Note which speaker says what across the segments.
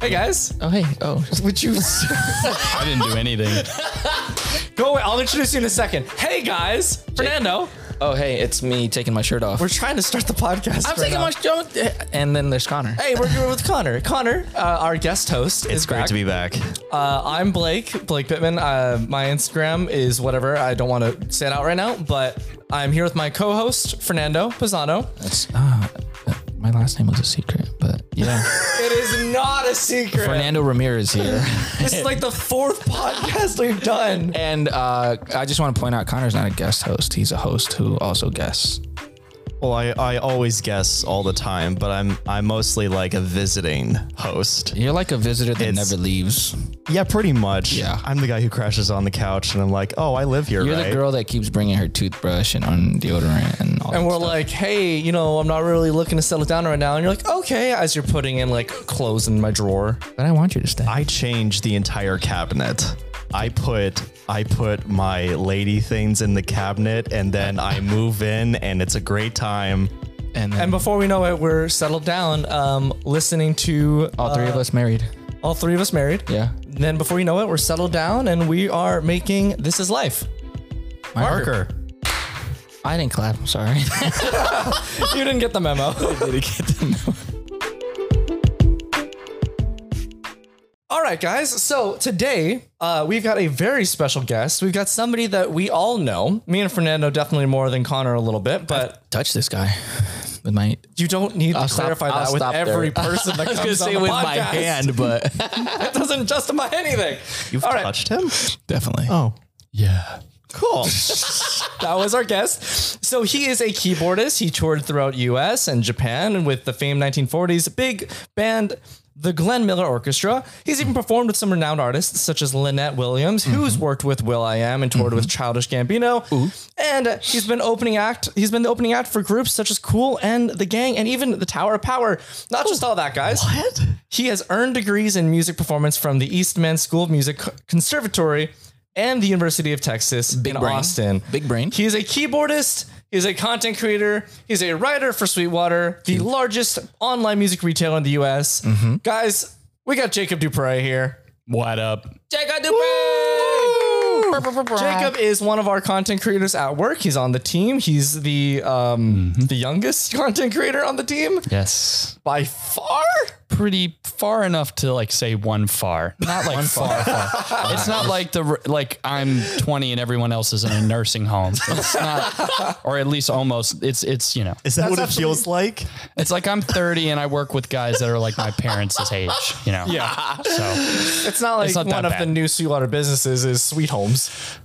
Speaker 1: Hey guys,
Speaker 2: Oh, hey. Oh, would you?
Speaker 3: I didn't do anything.
Speaker 1: go away. I'll introduce you in a second. Hey guys, Fernando.
Speaker 2: oh, hey, it's me taking my shirt off.
Speaker 1: We're trying to start the podcast.
Speaker 2: I'm taking my shirt And then there's Connor.
Speaker 1: Hey, we're here with Connor. Connor, uh, our guest host, is
Speaker 3: It's great
Speaker 1: back.
Speaker 3: to be back.
Speaker 1: Uh, I'm Blake, Blake Pittman. Uh, my Instagram is whatever. I don't want to say it out right now, but I'm here with my co-host Fernando Pisano.
Speaker 2: That's, uh, my last name was a secret, but yeah.
Speaker 1: It is not a secret.
Speaker 2: Fernando Ramirez here.
Speaker 1: This is like the fourth podcast we've done.
Speaker 2: And uh, I just want to point out Connor's not a guest host. He's a host who also guests.
Speaker 3: Well, I, I always guess all the time, but I'm I'm mostly like a visiting host.
Speaker 2: You're like a visitor that
Speaker 3: It's-
Speaker 2: never leaves.
Speaker 3: Yeah, pretty much.
Speaker 2: Yeah.
Speaker 3: I'm the guy who crashes on the couch and I'm like, oh, I live here,
Speaker 2: You're
Speaker 3: right?
Speaker 2: the girl that keeps bringing her toothbrush and on deodorant and all that.
Speaker 1: And we're
Speaker 2: stuff.
Speaker 1: like, hey, you know, I'm not really looking to settle down right now. And you're like, okay, as you're putting in like clothes in my drawer.
Speaker 2: but I want you to stay.
Speaker 3: I change the entire cabinet. I put I put my lady things in the cabinet and then I move in and it's a great time.
Speaker 2: and then
Speaker 1: And before we know it, we're settled down, um, listening to uh,
Speaker 2: all three of us married.
Speaker 1: all three of us married.
Speaker 2: Yeah.
Speaker 1: Then before you know it, we're settled down and we are making This Is Life.
Speaker 2: My heart-
Speaker 3: Parker.
Speaker 2: I didn't clap. I'm sorry.
Speaker 1: you didn't get the memo. All right, guys. So today uh, we've got a very special guest. We've got somebody that we all know. Me and Fernando definitely more than Connor a little bit, but
Speaker 2: Touch this guy with my.
Speaker 1: you don't need to
Speaker 2: stop-
Speaker 1: clarify
Speaker 2: I'll
Speaker 1: that with
Speaker 2: stop there.
Speaker 1: every person that comes on the podcast.
Speaker 2: but
Speaker 1: That doesn't justify anything.
Speaker 3: You've
Speaker 1: All right.
Speaker 3: touched him?
Speaker 2: definitely.
Speaker 3: Oh.
Speaker 2: yeah.
Speaker 3: Cool.
Speaker 1: That was our guest. So he is a keyboardist. He toured throughout US and Japan with the famed 1940s big band the Glenn Miller Orchestra. He's even performed with some renowned artists such as Lynette Williams, who's worked with Will I Am and toured with Childish Gambino. And uh, he's been opening act. He's been the opening act for groups such as Cool and The Gang and even The Tower of Power. Not just all that, guys.
Speaker 3: what?
Speaker 1: He has earned degrees in music performance from the Eastman School of Music Conservatory and the University of Texas in
Speaker 2: brain.
Speaker 1: Austin.
Speaker 2: Big brain.
Speaker 1: He is a keyboardist. He's a content creator. He's a writer for Sweetwater, the largest online music retailer in the U.S.
Speaker 4: Mm-hmm.
Speaker 1: Guys, we got Jacob Dupre here.
Speaker 3: What up?
Speaker 1: Jacob Dupre. Jacob is one of our content creators at work. He's on the team. He's the um,
Speaker 4: Mm-hmm.
Speaker 1: the youngest content creator on the team
Speaker 4: Yes.
Speaker 1: by far.
Speaker 4: Pretty far enough to like say one far. Not like far, far. It's not like the r- like I'm 20 and everyone else is in a nursing home. It's not or at least almost it's it's you know.
Speaker 3: Is that what it feels like?
Speaker 4: It's like I'm 30 and I work with guys that are like my parents' age, you know. Yeah. So
Speaker 1: It's not like
Speaker 4: It's not that
Speaker 1: one of
Speaker 4: bad.
Speaker 1: the new Sweetwater businesses is Sweet Homes.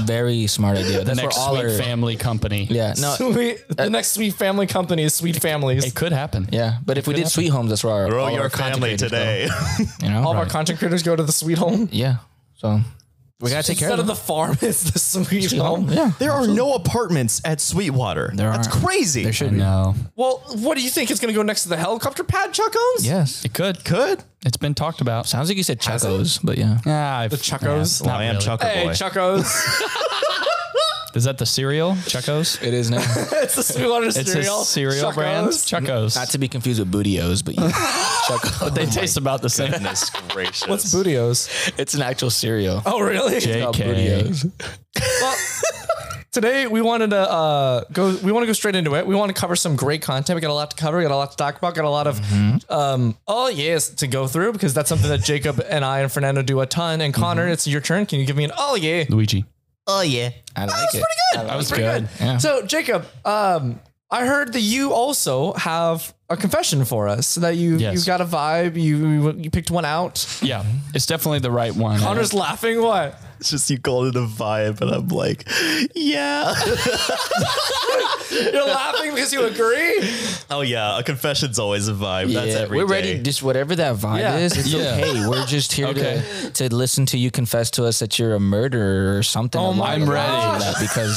Speaker 2: Very smart idea. That's
Speaker 4: next
Speaker 2: where all
Speaker 4: sweet
Speaker 2: our
Speaker 4: family company.
Speaker 2: yeah no
Speaker 1: Sweet,
Speaker 4: Uh,
Speaker 1: the next Sweet Family company is Sweet Families.
Speaker 4: It could happen.
Speaker 2: yeah. But if we did sweet homes, that's where our,
Speaker 3: Grow
Speaker 2: all
Speaker 3: your
Speaker 2: our content
Speaker 3: family
Speaker 2: creators
Speaker 3: today.
Speaker 2: go, You know,
Speaker 1: All of our content creators go to the Sweet Home.
Speaker 2: yeah. So we gotta take care
Speaker 1: Instead of
Speaker 2: of them.
Speaker 1: the farm, it's the Sweet Home.
Speaker 2: yeah.
Speaker 3: There are no apartments at Sweetwater.
Speaker 2: There
Speaker 3: That's
Speaker 2: aren't.
Speaker 3: crazy.
Speaker 2: There should be.
Speaker 4: No.
Speaker 1: Well, what do you think? It's going to go next to the helicopter pad, Chuck Holmes?
Speaker 2: Yes.
Speaker 4: It could.
Speaker 3: Could.
Speaker 4: It's been talked about. Ah,
Speaker 2: Sounds like you said chacos, but yeah.
Speaker 4: Yeah,
Speaker 1: The Chuckos.
Speaker 3: I am Chucker
Speaker 1: hey,
Speaker 3: Boy.
Speaker 1: Chuckos.
Speaker 4: Is that the cereal? Chuckos?
Speaker 2: It is now.
Speaker 1: it's the Sweetwater
Speaker 4: It's
Speaker 1: cereal.
Speaker 4: a cereal
Speaker 1: Chuckos.
Speaker 4: brand. Chuckos.
Speaker 2: Not to be confused with bootios, but yeah. Choco-
Speaker 4: they taste about the same.
Speaker 3: Goodness gracious.
Speaker 1: What's Bootios?
Speaker 2: it's an actual cereal.
Speaker 1: Oh, really?
Speaker 2: Called
Speaker 4: JK.
Speaker 2: Bootios.
Speaker 1: Well, today we wanted to uh, go. We want to go straight into it. We want to cover some great content. We got a lot to cover. We got a lot to talk about. Got a lot of um, oh yes to go through because that's something that Jacob and I and Fernando do a ton. And Connor, it's your turn. Can you give me an oh yeah?
Speaker 4: Luigi.
Speaker 3: Oh yeah.
Speaker 2: I like it.
Speaker 4: That was
Speaker 1: Pretty
Speaker 4: good.
Speaker 2: Yeah.
Speaker 1: So Jacob, um, I heard that you also have a confession for us. That you
Speaker 4: Yes.
Speaker 1: you've got a vibe. You you picked one out.
Speaker 4: Yeah, it's definitely the right one.
Speaker 1: Connor's laughing. What?
Speaker 3: It's just you called it a vibe, and I'm like, yeah.
Speaker 1: You're laughing because you agree.
Speaker 3: oh yeah, a confession's always a vibe. That's
Speaker 2: yeah,
Speaker 3: every
Speaker 2: we're
Speaker 3: day.
Speaker 2: ready. Just whatever that vibe
Speaker 1: Yeah.
Speaker 2: is, it's
Speaker 4: Yeah.
Speaker 2: okay. We're just here
Speaker 4: Okay.
Speaker 2: to, to listen to you confess to us that you're a murderer or something. Oh
Speaker 4: my- I'm ready.
Speaker 2: That because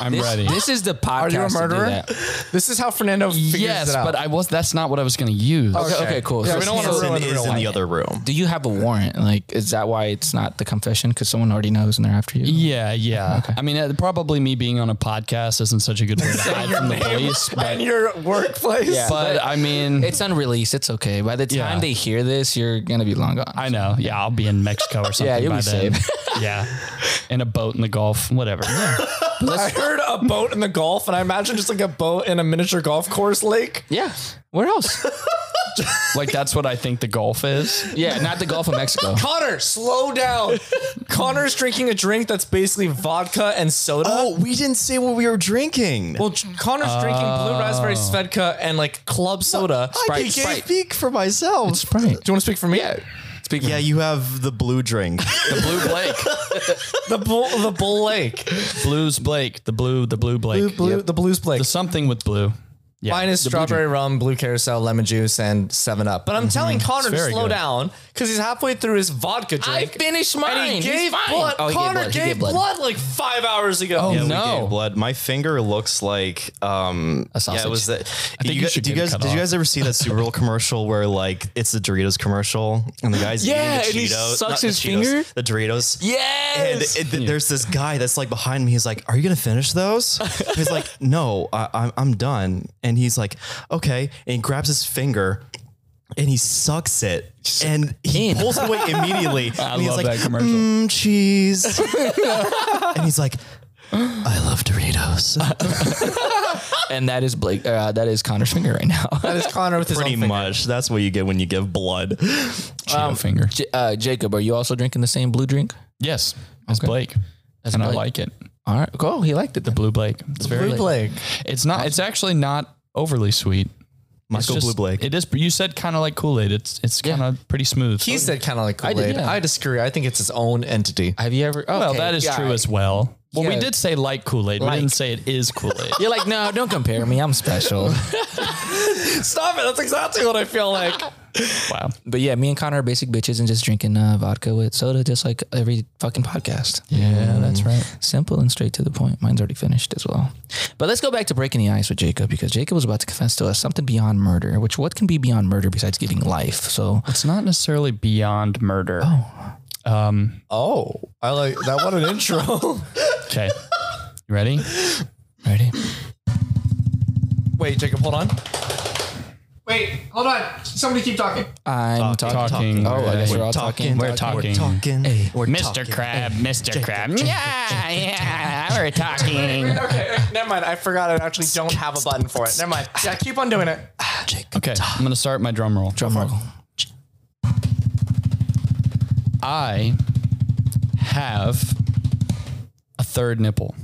Speaker 4: I'm
Speaker 2: this,
Speaker 4: ready.
Speaker 2: this is the podcast.
Speaker 1: you a
Speaker 2: to do
Speaker 1: murderer?
Speaker 2: that.
Speaker 1: This is how Fernando figures
Speaker 4: yes,
Speaker 1: it out.
Speaker 4: but I was that's not what I was going to use.
Speaker 2: Okay, okay, cool.
Speaker 1: Yeah,
Speaker 2: So
Speaker 1: we don't wanna
Speaker 2: so-
Speaker 1: ruin
Speaker 3: Hanson
Speaker 1: Everyone
Speaker 3: is in the other room.
Speaker 2: Do you have a warrant? Like, is that why it's not the confession? Because someone already knows and they're after you.
Speaker 4: Yeah, yeah. I mean, uh, probably me being on a podcast isn't such a good way to hide from the police, but,
Speaker 1: in your workplace.
Speaker 2: Yeah.
Speaker 4: but I mean,
Speaker 2: It's unreleased. It's okay. By the time
Speaker 4: Yeah.
Speaker 2: they hear this, you're gonna be long gone.
Speaker 4: I know. Yeah, I'll be in Mexico or something
Speaker 2: you'll
Speaker 4: by
Speaker 2: be
Speaker 4: then. yeah, in a boat in the Gulf, whatever.
Speaker 1: I heard a boat in the Gulf, and I imagine just like a boat in a miniature golf course lake.
Speaker 2: Yeah. Where else?
Speaker 4: like that's what I think the Gulf is.
Speaker 2: yeah, not the Gulf of Mexico.
Speaker 1: Connor, slow down. Connor's drinking a drink that's basically vodka and soda.
Speaker 3: Oh, we didn't say what we were drinking.
Speaker 1: Well, Connor's drinking blue raspberry svedka and like club soda.
Speaker 3: I
Speaker 1: Sprite.
Speaker 3: can't
Speaker 1: Sprite. Do
Speaker 3: speak for myself.
Speaker 2: Right.
Speaker 1: you want to speak for me? Yeah.
Speaker 2: Speaking
Speaker 3: yeah, you have the blue drink.
Speaker 4: The Blue Blake,
Speaker 1: The bull, the bull lake,
Speaker 4: Blues Blake, the blue, the blue
Speaker 1: blue,
Speaker 4: Blake,
Speaker 1: blue, the blues Blake.
Speaker 4: the something with blue. Yeah,
Speaker 1: Mine is
Speaker 4: the blue
Speaker 1: strawberry rum, blue carousel, lemon juice, and Seven Up. But I'm telling Connor to
Speaker 4: very
Speaker 1: slow
Speaker 4: good.
Speaker 1: down because he's halfway through his vodka drink.
Speaker 2: finished
Speaker 1: And he
Speaker 2: He's
Speaker 1: gave
Speaker 2: fine.
Speaker 1: blood.
Speaker 2: Oh, he gave
Speaker 1: Connor
Speaker 2: blood. He
Speaker 1: gave,
Speaker 2: gave blood.
Speaker 1: blood. like five hours ago.
Speaker 4: Oh,
Speaker 3: Yeah, we
Speaker 4: no.
Speaker 3: gave blood. My finger looks like um a Yeah,
Speaker 2: sausage.
Speaker 3: it was that. I
Speaker 4: think you should
Speaker 3: do you
Speaker 4: get it
Speaker 3: guys
Speaker 4: cut
Speaker 3: did you
Speaker 4: off.
Speaker 3: guys ever see that Super Bowl commercial where like it's the Doritos commercial and the guys
Speaker 2: Yeah, and
Speaker 3: eating the
Speaker 2: he
Speaker 3: Cheetos,
Speaker 2: sucks
Speaker 3: not the
Speaker 2: his
Speaker 3: Cheetos,
Speaker 2: finger?
Speaker 3: the Doritos. And
Speaker 2: Yes.
Speaker 3: it, th- there's this guy that's like behind me. He's like, "Are you gonna finish those?" he's like, "No, I, I'm I'm done." And he's like, "Okay," and he grabs his finger. And he sucks it, and he pulls it away immediately.
Speaker 4: I
Speaker 3: and he's
Speaker 4: love
Speaker 3: like,
Speaker 4: that commercial.
Speaker 3: "Mm, cheese. and he's like, I love Doritos.
Speaker 2: and that is Blake. Uh, that is Connor's finger right now.
Speaker 1: That is Connor with his
Speaker 3: Pretty
Speaker 1: own finger.
Speaker 3: much. That's what you get when you give blood.
Speaker 4: Cheeto finger.
Speaker 2: J- uh, Jacob, are you also drinking the same blue drink?
Speaker 4: Yes, it's Blake, and I
Speaker 2: Blake.
Speaker 4: like it.
Speaker 2: All right. Cool. He liked it. The
Speaker 4: Blue Blake. It's very.
Speaker 1: Blue Blake.
Speaker 4: It's not. It's actually not overly sweet. It's
Speaker 3: Michael
Speaker 4: just-
Speaker 3: Blue Blake.
Speaker 4: It is. You said kind of like Kool Aid. It's it's kind of pretty smooth.
Speaker 1: He said kind of like Kool-Aid. I,
Speaker 2: did, yeah.
Speaker 1: disagree. I think it's his own entity.
Speaker 2: Have you ever? Oh,
Speaker 4: well, that is true as well. Well, we
Speaker 2: Yeah.
Speaker 4: did say like Kool Aid. We
Speaker 2: Like.
Speaker 4: didn't say it is Kool Aid.
Speaker 2: You're like, no, don't compare me. I'm special.
Speaker 1: Stop it. That's exactly what I feel like.
Speaker 4: Wow.
Speaker 2: but yeah, me and Connor are basic bitches and just drinking uh, vodka with soda, just like every fucking podcast.
Speaker 4: Yeah, that's right.
Speaker 2: Simple and straight to the point. Mine's already finished as well. But let's go back to breaking the ice with Jacob because Jacob was about to confess to us something beyond murder. Which what can be beyond murder besides getting life? So
Speaker 4: It's not necessarily beyond murder.
Speaker 1: Oh, I like that. What an intro.
Speaker 4: Okay. You ready?
Speaker 2: ready?
Speaker 1: Wait, Jacob, hold on. Wait, hold on. Somebody keep talking.
Speaker 2: I'm talking.
Speaker 4: Talking.
Speaker 2: Oh, I guess
Speaker 4: We're
Speaker 2: we're all talking.
Speaker 4: We're talking.
Speaker 3: We're talking. Hey, we're
Speaker 4: Mr. Crab, Mr. Crab. Yeah, yeah. We're talking.
Speaker 1: Okay, never mind. I forgot I actually don't have a button for it. Never mind. Yeah, keep on doing it.
Speaker 4: Okay, I'm going to start my drum roll.
Speaker 2: Drum roll.
Speaker 4: I have a third nipple.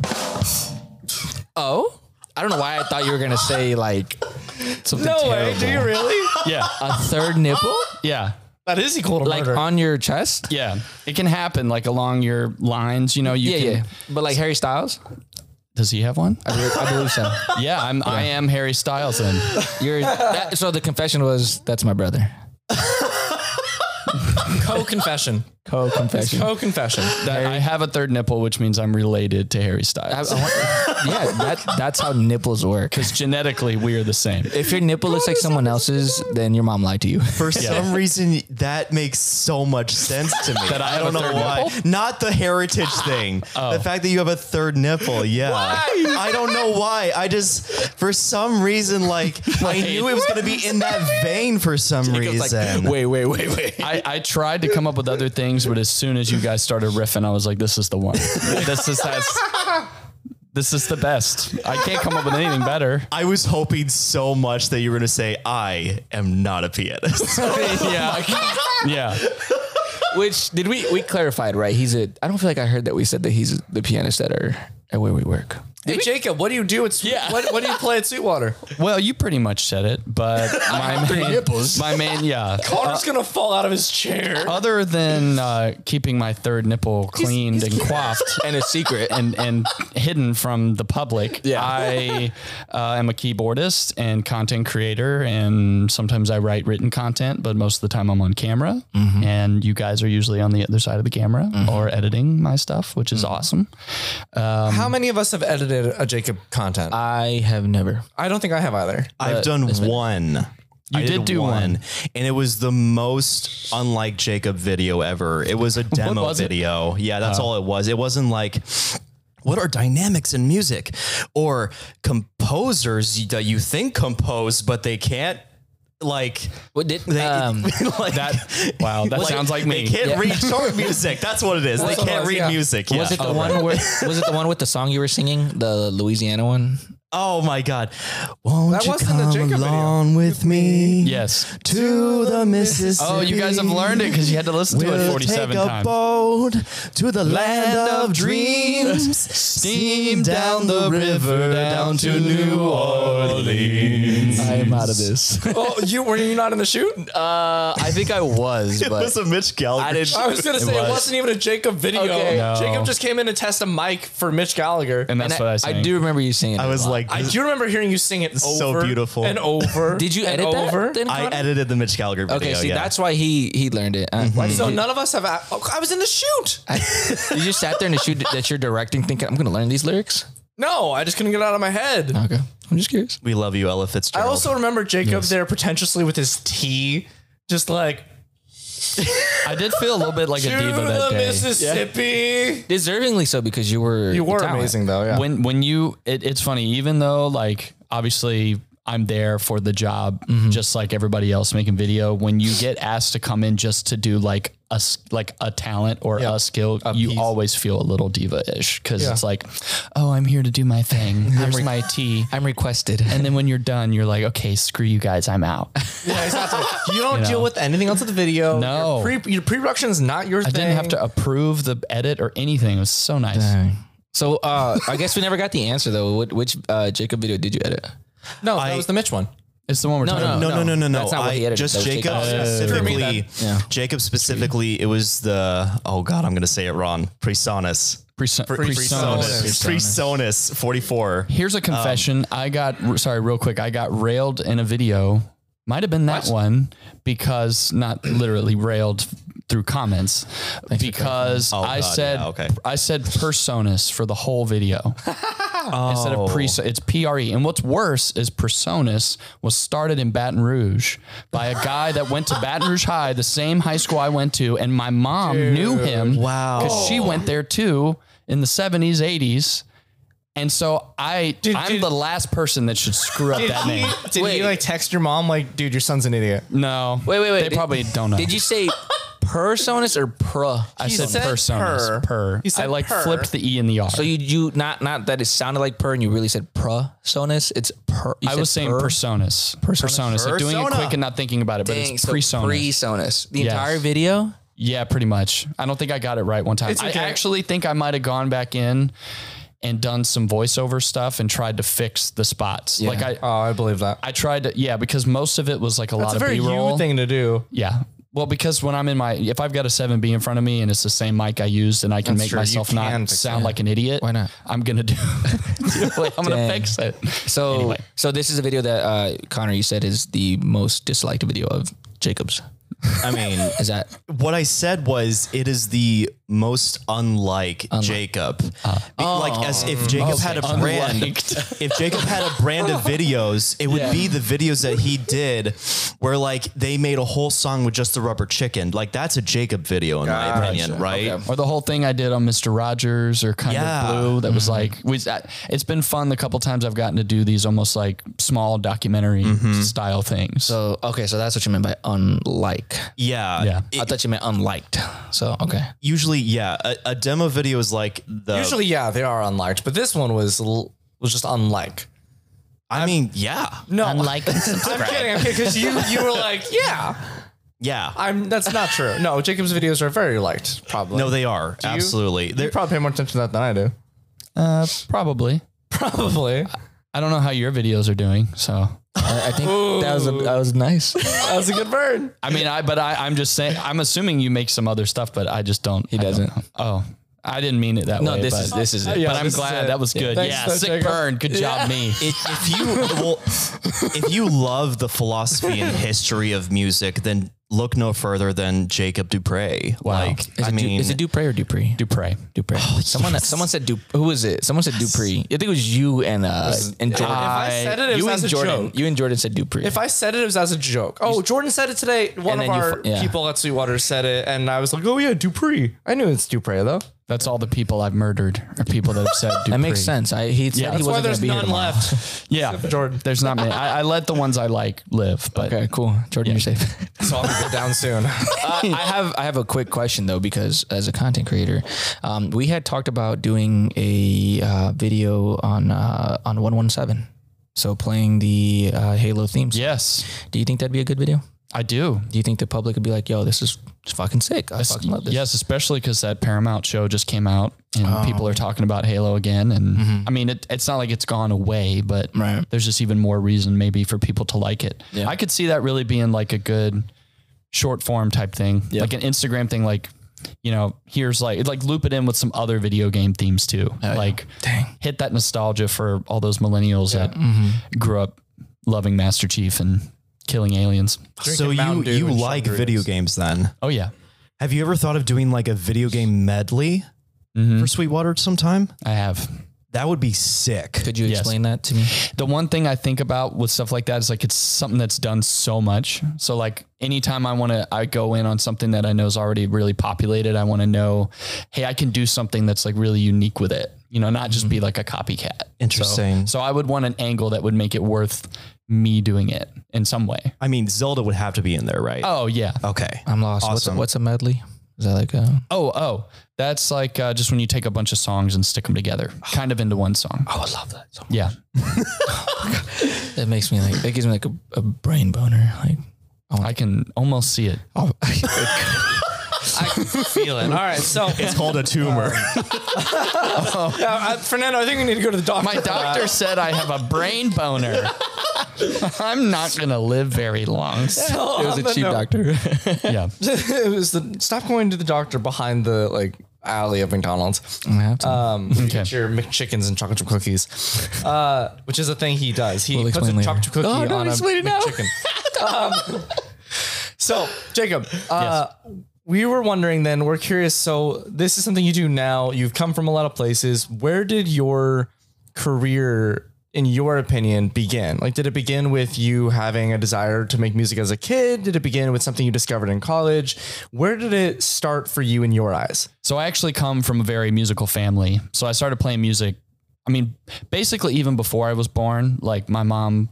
Speaker 2: Oh, I don't know why I thought you were gonna say like something
Speaker 1: No way. Oh,
Speaker 2: terrible.
Speaker 1: Do you really?
Speaker 4: Yeah.
Speaker 2: a third nipple,
Speaker 4: Yeah.
Speaker 1: That is equal to
Speaker 2: like
Speaker 1: murder.
Speaker 2: on your chest.
Speaker 4: Yeah. It can happen like along your lines, you know, you
Speaker 2: Yeah,
Speaker 4: can
Speaker 2: yeah. But like Harry Styles,
Speaker 4: Does he have one?
Speaker 2: I believe, I believe so.
Speaker 4: Yeah, I'm I am Harry Styles then.
Speaker 2: You're, that, so the confession was that's my brother.
Speaker 1: co-confession.
Speaker 2: Co confession.
Speaker 1: Co-confession.
Speaker 4: That I have a third nipple, which means I'm related to Harry Styles.
Speaker 2: yeah, that that's how nipples work.
Speaker 4: Because genetically, we are the same.
Speaker 2: If your nipple looks like someone else's, then your mom lied to you.
Speaker 3: For some reason, that makes so much sense to me.
Speaker 4: That I have
Speaker 3: don't know
Speaker 4: a third
Speaker 3: why. Not the heritage thing. The fact that you have a third nipple. Yeah. I don't know why. I just, for some reason, like, I knew it was going to be in that vein for some reason.
Speaker 2: wait, wait, wait.
Speaker 4: I, I tried to come up with other things, but as soon as you guys started riffing, I was like, "This is the one. This is that's, this is the best. I can't come up with anything better."
Speaker 3: I was hoping so much that you were going to say, I am not a pianist.
Speaker 4: yeah, yeah.
Speaker 2: Which did we we clarified right? He's a. I don't feel like I heard that we said that he's the pianist at our at where we work.
Speaker 1: Hey, Jacob, what do you do at Sweet-
Speaker 4: Yeah.
Speaker 1: what, what do you play at Sweetwater?
Speaker 4: Well, you pretty much said it, but my main, my main, yeah.
Speaker 1: Connor's gonna fall out of his chair.
Speaker 4: Other than uh, keeping my third nipple cleaned and coiffed,
Speaker 2: And a secret.
Speaker 4: and and hidden from the public.
Speaker 2: Yeah.
Speaker 4: I uh, am a keyboardist and content creator, and sometimes I write written content, but most of the time I'm on camera, and you guys are usually on the other side of the camera or editing my stuff, which is awesome.
Speaker 1: Uh, How many of us have edited a Jacob content?
Speaker 2: I have never.
Speaker 1: I don't think I have either.
Speaker 3: I've done one.
Speaker 4: You
Speaker 3: I
Speaker 4: did do one.
Speaker 3: and it was the most unlike Jacob video ever. It was a demo
Speaker 4: was it? Oh.
Speaker 3: video. Yeah, that's all it was. It wasn't like what are dynamics in music or composers that you think compose but they can't like
Speaker 2: What did
Speaker 3: they,
Speaker 2: um,
Speaker 3: like
Speaker 4: That wow, that sounds like me.
Speaker 3: They can't
Speaker 2: Yeah.
Speaker 3: read chart music. That's what it is. They
Speaker 2: That's what it
Speaker 3: can't
Speaker 2: was,
Speaker 3: read
Speaker 2: yeah.
Speaker 3: music. Yeah.
Speaker 2: was it the
Speaker 3: Oh,
Speaker 2: one
Speaker 3: right.
Speaker 2: where was it the one with the song you were singing, the Louisiana one?
Speaker 3: Oh my God! Won't
Speaker 1: That
Speaker 3: you
Speaker 1: wasn't the
Speaker 3: come
Speaker 1: Jacob video.
Speaker 3: along with me?
Speaker 4: Yes.
Speaker 3: to the Mississippi.
Speaker 4: Oh, you guys have learned it because you had to listen to it
Speaker 3: We'll take
Speaker 4: 47
Speaker 3: a
Speaker 4: times.
Speaker 3: boat to the land of dreams. Steam down the river down to New Orleans.
Speaker 2: I am out of this.
Speaker 1: oh, you were you not in the shoot?
Speaker 2: Uh, I think I was,
Speaker 3: It
Speaker 2: but
Speaker 3: was a Mitch Gallagher.
Speaker 2: didn't-
Speaker 3: show.
Speaker 1: I was gonna say it,
Speaker 3: was.
Speaker 1: was. not even a Jacob video.
Speaker 2: Okay.
Speaker 4: No.
Speaker 1: Jacob just came in to test a mic for Mitch Gallagher.
Speaker 4: and that's
Speaker 2: and
Speaker 4: what
Speaker 2: I,
Speaker 4: I,
Speaker 2: I
Speaker 4: sang.
Speaker 2: do remember you singing.
Speaker 3: I was like,
Speaker 1: I do remember hearing you sing it over
Speaker 3: So beautiful.
Speaker 1: and over.
Speaker 2: did you
Speaker 1: and
Speaker 2: edit that?
Speaker 1: over?
Speaker 2: then,
Speaker 3: I
Speaker 2: Connor?
Speaker 3: edited the Mitch Gallagher video.
Speaker 2: Okay, see,
Speaker 3: yeah.
Speaker 2: that's why he he learned it. Uh,
Speaker 1: So none of us have. a- oh, I was in the shoot.
Speaker 2: you just sat there and assumed that you're directing, thinking I'm going to learn these lyrics.
Speaker 1: No, I just couldn't get it out of my head.
Speaker 2: Okay, I'm just curious.
Speaker 3: we love you, Ella
Speaker 1: I
Speaker 3: Fitzgerald.
Speaker 1: also remember Jacob there pretentiously with his tea, just like
Speaker 4: I did feel a little bit like a
Speaker 1: to
Speaker 4: diva
Speaker 1: the
Speaker 4: that day.
Speaker 1: Mississippi.
Speaker 2: Deservingly so because you were
Speaker 1: You were
Speaker 2: the talent.
Speaker 1: amazing though. Yeah.
Speaker 4: when when you it, it's funny even though like obviously i'm there for the job just like everybody else making video when you get asked to come in just to do like a s- like a talent or a skill you always feel a little diva-ish because it's like oh i'm here to do my thing here's my tea
Speaker 2: I'm requested.
Speaker 4: and then when you're done you're like okay screw you guys i'm out
Speaker 1: Yeah, exactly. You don't deal
Speaker 4: know.
Speaker 1: with anything else with the video.
Speaker 4: No.
Speaker 1: your, pre, your production is not your
Speaker 4: i
Speaker 1: thing.
Speaker 4: didn't have to approve the edit or anything it was so nice
Speaker 2: So uh, I guess we never got the answer though. What, which uh, Jacob video did you edit?
Speaker 1: No, that
Speaker 3: I-
Speaker 1: was the Mitch one.
Speaker 4: it's the one we're talking about
Speaker 3: No, no, no, no, no.
Speaker 2: That's not what
Speaker 3: I-
Speaker 2: he edited.
Speaker 3: Just
Speaker 2: That was
Speaker 3: Jacob
Speaker 2: Jacob's.
Speaker 3: specifically.
Speaker 2: Yeah.
Speaker 3: Jacob specifically. It was the. Oh God, I'm gonna say it wrong. Presonus.
Speaker 4: Preson-
Speaker 1: Presonus.
Speaker 3: Presonus. Presonus 44.
Speaker 4: Here's a confession. I got r- sorry, real quick. I got railed in a video. Might have been that one because not literally railed through comments because
Speaker 3: Oh,
Speaker 4: I
Speaker 3: God,
Speaker 4: said
Speaker 3: yeah, okay.
Speaker 4: I said personas for the whole video Oh. instead of pre. It's P R E. And what's worse is personas was started in Baton Rouge by a guy that went to Baton Rouge High, the same high school I went to, and my mom knew him.
Speaker 3: Wow.
Speaker 4: because
Speaker 1: Oh.
Speaker 4: she went there too in the seventies, eighties. And so I, I'm
Speaker 1: did-
Speaker 4: the last person that should screw up that name.
Speaker 1: Did
Speaker 2: Wait.
Speaker 1: you like text your mom like, dude, your son's an idiot?
Speaker 4: No,
Speaker 2: Wait, wait, wait.
Speaker 4: They
Speaker 2: Did-
Speaker 4: probably don't know.
Speaker 2: Did you say personas or pra?
Speaker 4: I said,
Speaker 1: said
Speaker 4: personas.
Speaker 1: per.
Speaker 4: Per.
Speaker 1: He said
Speaker 4: I like
Speaker 1: per.
Speaker 4: flipped the e and the r.
Speaker 2: So you you not not that it sounded like per and you really said personas. It's per. you
Speaker 4: I
Speaker 2: said
Speaker 4: was saying
Speaker 2: per?
Speaker 4: personas. Personas. Like doing it
Speaker 3: Persona.
Speaker 4: quick and not thinking about it, but
Speaker 2: Dang,
Speaker 4: it's
Speaker 2: so
Speaker 4: personas.
Speaker 2: personas. The
Speaker 4: Yes.
Speaker 2: entire video.
Speaker 4: yeah, pretty much. I don't think I got it right one time.
Speaker 1: It's okay.
Speaker 4: I actually think I might have gone back in and done some voiceover stuff and tried to fix the spots. Like I, uh,
Speaker 1: Oh, I believe that.
Speaker 4: I tried to, yeah, because most of it was like a lot
Speaker 1: That's a
Speaker 4: of
Speaker 1: very
Speaker 4: B-roll.
Speaker 1: you thing to do.
Speaker 4: Yeah. Well, because when I'm in my, if I've got a 7B in front of me and it's the same mic I used and I can make
Speaker 1: true. You
Speaker 4: myself
Speaker 1: can
Speaker 4: not
Speaker 1: fix
Speaker 4: sound like an idiot, why
Speaker 2: not?
Speaker 4: I'm going to do it. I'm going to
Speaker 2: Dang.
Speaker 4: fix it.
Speaker 2: So so this is a video that uh, Connor you said is the most disliked video of Jacob's.
Speaker 3: I mean,
Speaker 2: Is that
Speaker 3: what I said was it is the most unlike Jacob. Be- like as if Jacob had a brand, if Jacob had a brand of videos, it would be the videos that he did where like they made a whole song with just the rubber chicken. Like that's a Jacob video in my opinion, right?
Speaker 4: Or the whole thing I did on Mr. Rogers or kind
Speaker 3: Yeah.
Speaker 4: of blue that was
Speaker 2: Mm-hmm.
Speaker 4: like, was that, it's been fun the couple times I've gotten to do these almost like small documentary style things.
Speaker 2: Mm-hmm. so? Okay, so that's what you meant by unlike.
Speaker 3: Yeah.
Speaker 4: Yeah.
Speaker 3: It-
Speaker 2: I thought you meant unliked. So okay,
Speaker 3: usually, yeah, a, a demo video is like the.
Speaker 1: Usually, yeah, they are unliked, but this one was l- was just unlike.
Speaker 3: I mean, yeah,
Speaker 1: No,
Speaker 2: unlike.
Speaker 1: I'm kidding. I'm kidding because you you were like, yeah,
Speaker 3: yeah.
Speaker 1: I'm. That's not true. No, Jacob's videos are very liked. Probably.
Speaker 3: no, they are absolutely.
Speaker 1: You
Speaker 3: They're,
Speaker 1: probably pay more attention to that than I do.
Speaker 4: uh, probably.
Speaker 1: Probably.
Speaker 4: I don't know how your videos are doing. So,
Speaker 2: I, I think that was a, that was nice.
Speaker 1: That was a good bird.
Speaker 4: I mean, I, but I, I'm just saying, I'm assuming you make some other stuff, but I just don't. He
Speaker 2: doesn't.
Speaker 4: oh, I didn't mean it that way.
Speaker 2: No, this
Speaker 4: but-
Speaker 2: is this is it.
Speaker 1: Yeah.
Speaker 4: but I'm
Speaker 1: this is it.
Speaker 4: glad that was good.
Speaker 1: Thanks,
Speaker 4: yeah,
Speaker 1: though,
Speaker 4: sick
Speaker 1: Jacob.
Speaker 4: burn. Good job, me.
Speaker 3: It, if you well, if you love the philosophy and history of music, then look no further than Jacob Dupre. Like,
Speaker 2: Is
Speaker 3: I
Speaker 2: it Du-
Speaker 3: mean,
Speaker 2: is it Dupre or Dupree?
Speaker 4: Dupre.
Speaker 2: Dupree. someone someone said Dup. Who was it? Someone said Dupree. I think it was you and uh and Jordan.
Speaker 1: I said it, it
Speaker 2: you
Speaker 1: was as
Speaker 2: and
Speaker 1: a
Speaker 2: Jordan.
Speaker 1: joke.
Speaker 2: You and Jordan said Dupree.
Speaker 1: If I said it, it was as a joke. Oh, Jordan said it today. One
Speaker 2: And
Speaker 1: of
Speaker 2: then you
Speaker 1: our
Speaker 2: fu- yeah.
Speaker 1: people at Sweetwater said it, and I was like, "Oh yeah, Dupree." I knew it's Dupree though.
Speaker 4: That's all the people I've murdered are people that have said Dupre.
Speaker 2: that makes sense. I he said
Speaker 4: Yeah,
Speaker 2: he
Speaker 1: That's
Speaker 4: that's
Speaker 1: why
Speaker 2: wasn't going
Speaker 1: there's
Speaker 2: to be here
Speaker 1: none
Speaker 2: tomorrow.
Speaker 1: left.
Speaker 4: Yeah.
Speaker 1: Jordan.
Speaker 4: There's not many. I, I let the ones I like live, but
Speaker 2: Okay, cool. Jordan, you're safe.
Speaker 1: So I'll be down soon.
Speaker 2: I Uh, I have I have a quick question though because as a content creator, um, we had talked about doing a uh, video on uh, on one one seven, so playing the uh, Halo themes.
Speaker 4: yes,
Speaker 2: Do you think that'd be a good video?
Speaker 4: I do.
Speaker 2: Do you think the public would be like, "Yo, this is it's fucking sick. I fucking love this." Oh.
Speaker 4: Yes, especially because that Paramount show just came out and people are talking about Halo again. And I mean, it, it's not like it's gone away, but
Speaker 2: Mm-hmm. Right.
Speaker 4: there's just even more reason maybe for people to like it. I could see that really being like a good short form type thing, like an Instagram thing, like, you know, here's like, like loop it in with some other video game themes too. like, hit that nostalgia for all those millennials that
Speaker 2: Mm-hmm.
Speaker 4: grew up loving Master Chief and killing aliens.
Speaker 3: so you
Speaker 1: Mountain Dew
Speaker 3: you
Speaker 1: and
Speaker 3: like video games then?
Speaker 4: Oh, yeah.
Speaker 3: Have you ever thought of doing like a video game medley
Speaker 2: Mm-hmm.
Speaker 3: for Sweetwater sometime?
Speaker 4: I have.
Speaker 3: That would be sick.
Speaker 2: Could you
Speaker 4: Yes.
Speaker 2: explain that to me?
Speaker 4: the one thing I think about with stuff like that is like it's something that's done so much. So like anytime I want to, I go in on something that I know is already really populated. I want to know, hey, I can do something that's like really unique with it. You know, not
Speaker 2: Mm-hmm.
Speaker 4: just be like a copycat.
Speaker 3: Interesting.
Speaker 4: So I would want an angle that would make it worth me doing it in some way.
Speaker 3: I mean, Zelda would have to be in there, right?
Speaker 4: Oh yeah.
Speaker 3: Okay.
Speaker 2: I'm lost.
Speaker 3: Awesome.
Speaker 2: What's, what's a medley? Is that like a?
Speaker 4: Oh oh, that's like uh, just when you take a bunch of songs and stick them together, kind of into one song.
Speaker 2: Oh, I love that. So much.
Speaker 4: Yeah.
Speaker 2: That makes me like. That gives me like a, a brain boner. Like
Speaker 4: I can almost see it.
Speaker 2: oh,
Speaker 1: I can feel it. All right, so
Speaker 3: It's called a tumor.
Speaker 2: Um,
Speaker 1: uh, uh, Fernando, I think we need to go to the doctor.
Speaker 4: My
Speaker 1: for that.
Speaker 4: doctor said I have a brain boner. I'm not gonna live very long.
Speaker 2: it was a cheap doctor.
Speaker 4: Yeah.
Speaker 1: it was the stop going to the doctor behind the like alley of McDonald's.
Speaker 2: I have to.
Speaker 1: Um, you
Speaker 4: Okay.
Speaker 1: get your McChickens and chocolate chip cookies, uh, which is a thing he does. He
Speaker 2: We'll
Speaker 1: puts a
Speaker 2: explain later.
Speaker 1: chocolate chip cookie
Speaker 2: Oh, no,
Speaker 1: on a
Speaker 2: explain it now.
Speaker 1: McChicken. Um, so, Jacob, uh, we were wondering then, we're curious. So, this is something you do now. You've come from a lot of places. Where did your career, in your opinion, begin? Like, did it begin with you having a desire to make music as a kid? Did it begin with something you discovered in college? Where did it start for you in your eyes?
Speaker 4: So I actually come from a very musical family. So I started playing music. I mean, basically even before I was born, like my mom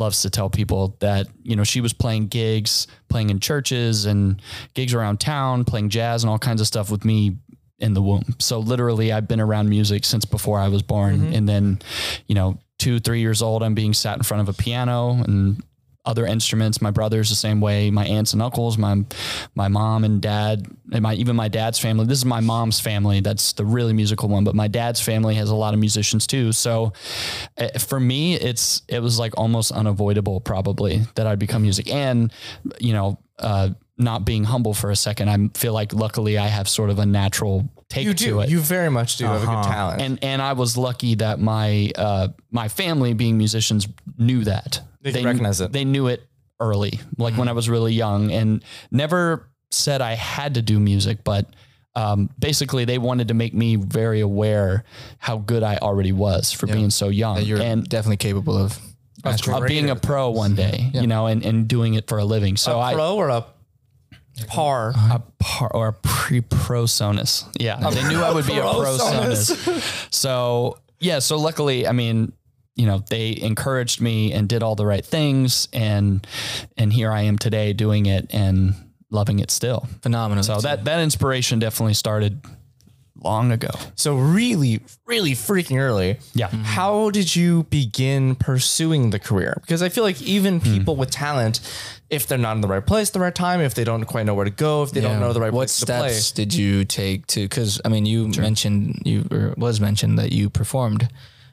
Speaker 4: loves to tell people that, you know, she was playing gigs, playing in churches and gigs around town, playing jazz and all kinds of stuff with me in the womb. So literally I've been around music since before I was born. And then, you know, two, three years old, I'm being sat in front of a piano and other instruments. My brother's the same way. My aunts and uncles, my my mom and dad, and my even my dad's family. This is my mom's family. That's the really musical one, but my dad's family has a lot of musicians too. So eh, for me, it's it was like almost unavoidable probably that I'd become music. And you know, uh, not being humble for a second, I feel like luckily I have sort of a natural take
Speaker 1: You
Speaker 4: to
Speaker 1: do. Uh-huh.
Speaker 4: it
Speaker 1: You very much do have a good talent.
Speaker 4: and and I was lucky that my uh, my family, being musicians, knew that they,
Speaker 1: could recognize it.
Speaker 4: They knew it early, like when I was really young, and never said I had to do music, but. Um, basically, they wanted to make me very aware how good I already was for being so young,
Speaker 2: You're
Speaker 4: and
Speaker 2: definitely capable of.
Speaker 4: of being a pro one day, you know, and, and doing it for a living. So I
Speaker 1: pro or a par?
Speaker 4: a par or a pre prosonus. Yeah, they knew I would be a
Speaker 1: prosonus.
Speaker 4: prosonus. So yeah, so luckily, I mean, you know, they encouraged me and did all the right things, and and here I am today doing it and loving it still.
Speaker 2: Phenomenal.
Speaker 4: So that that inspiration definitely started long ago.
Speaker 1: So really, really freaking early. Mm-hmm.
Speaker 4: Yeah.
Speaker 1: How did you begin pursuing the career? Because I feel like even
Speaker 4: Hmm.
Speaker 1: people with talent, if they're not in the right place, at the right time, if they don't quite know where to go, if they don't know the right
Speaker 2: What
Speaker 1: place
Speaker 2: steps did you take to? Because I mean, you mentioned you or was mentioned that you performed.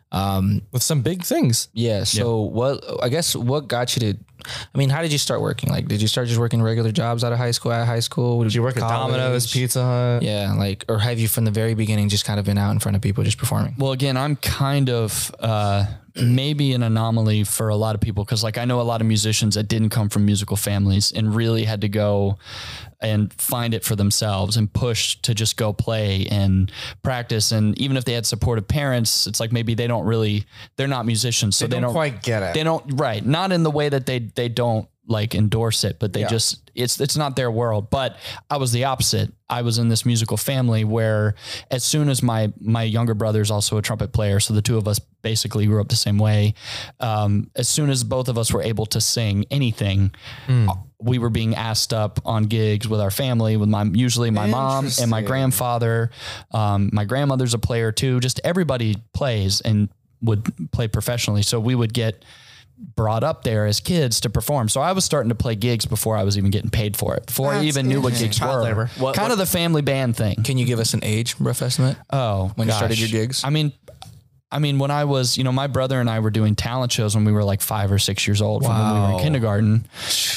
Speaker 2: Um,
Speaker 1: to play with some big things.
Speaker 2: Yeah. So what? I guess what got you to? I mean, how did you start working? Like, did you start just working regular jobs out of high school? Out of high school? Did
Speaker 1: You work at Domino's, Pizza Hut.
Speaker 2: Yeah. Like, or have you from the very beginning just kind of been out in front of people just performing?
Speaker 4: Well, again, I'm kind of uh, maybe an anomaly for a lot of people because like I know a lot of musicians that didn't come from musical families and really had to go and find it for themselves and push to just go play and practice and even if they had supportive parents it's like maybe they don't really they're not musicians so they,
Speaker 1: don't quite get it.
Speaker 4: they don't right not in the way that they they don't like endorse it but they just it's it's not their world but i was the opposite i was in this musical family where as soon as my my younger brother is also a trumpet player so the two of us basically grew up the same way um, as soon as both of us were able to sing anything we were being asked up on gigs with our family with my usually my mom and my grandfather um, my grandmother's a player too just everybody plays and would play professionally so we would get brought up there as kids to perform. So I was starting to play gigs before I was even getting paid for it, before I even knew what gigs were.
Speaker 1: labor.
Speaker 4: kind of the family band thing.
Speaker 2: Can you give us an age rough estimate?
Speaker 4: Oh,
Speaker 2: When you started your gigs?
Speaker 4: I mean, I mean, when I was, you know, my brother and I were doing talent shows when we were like five or six years old, from when we were in kindergarten,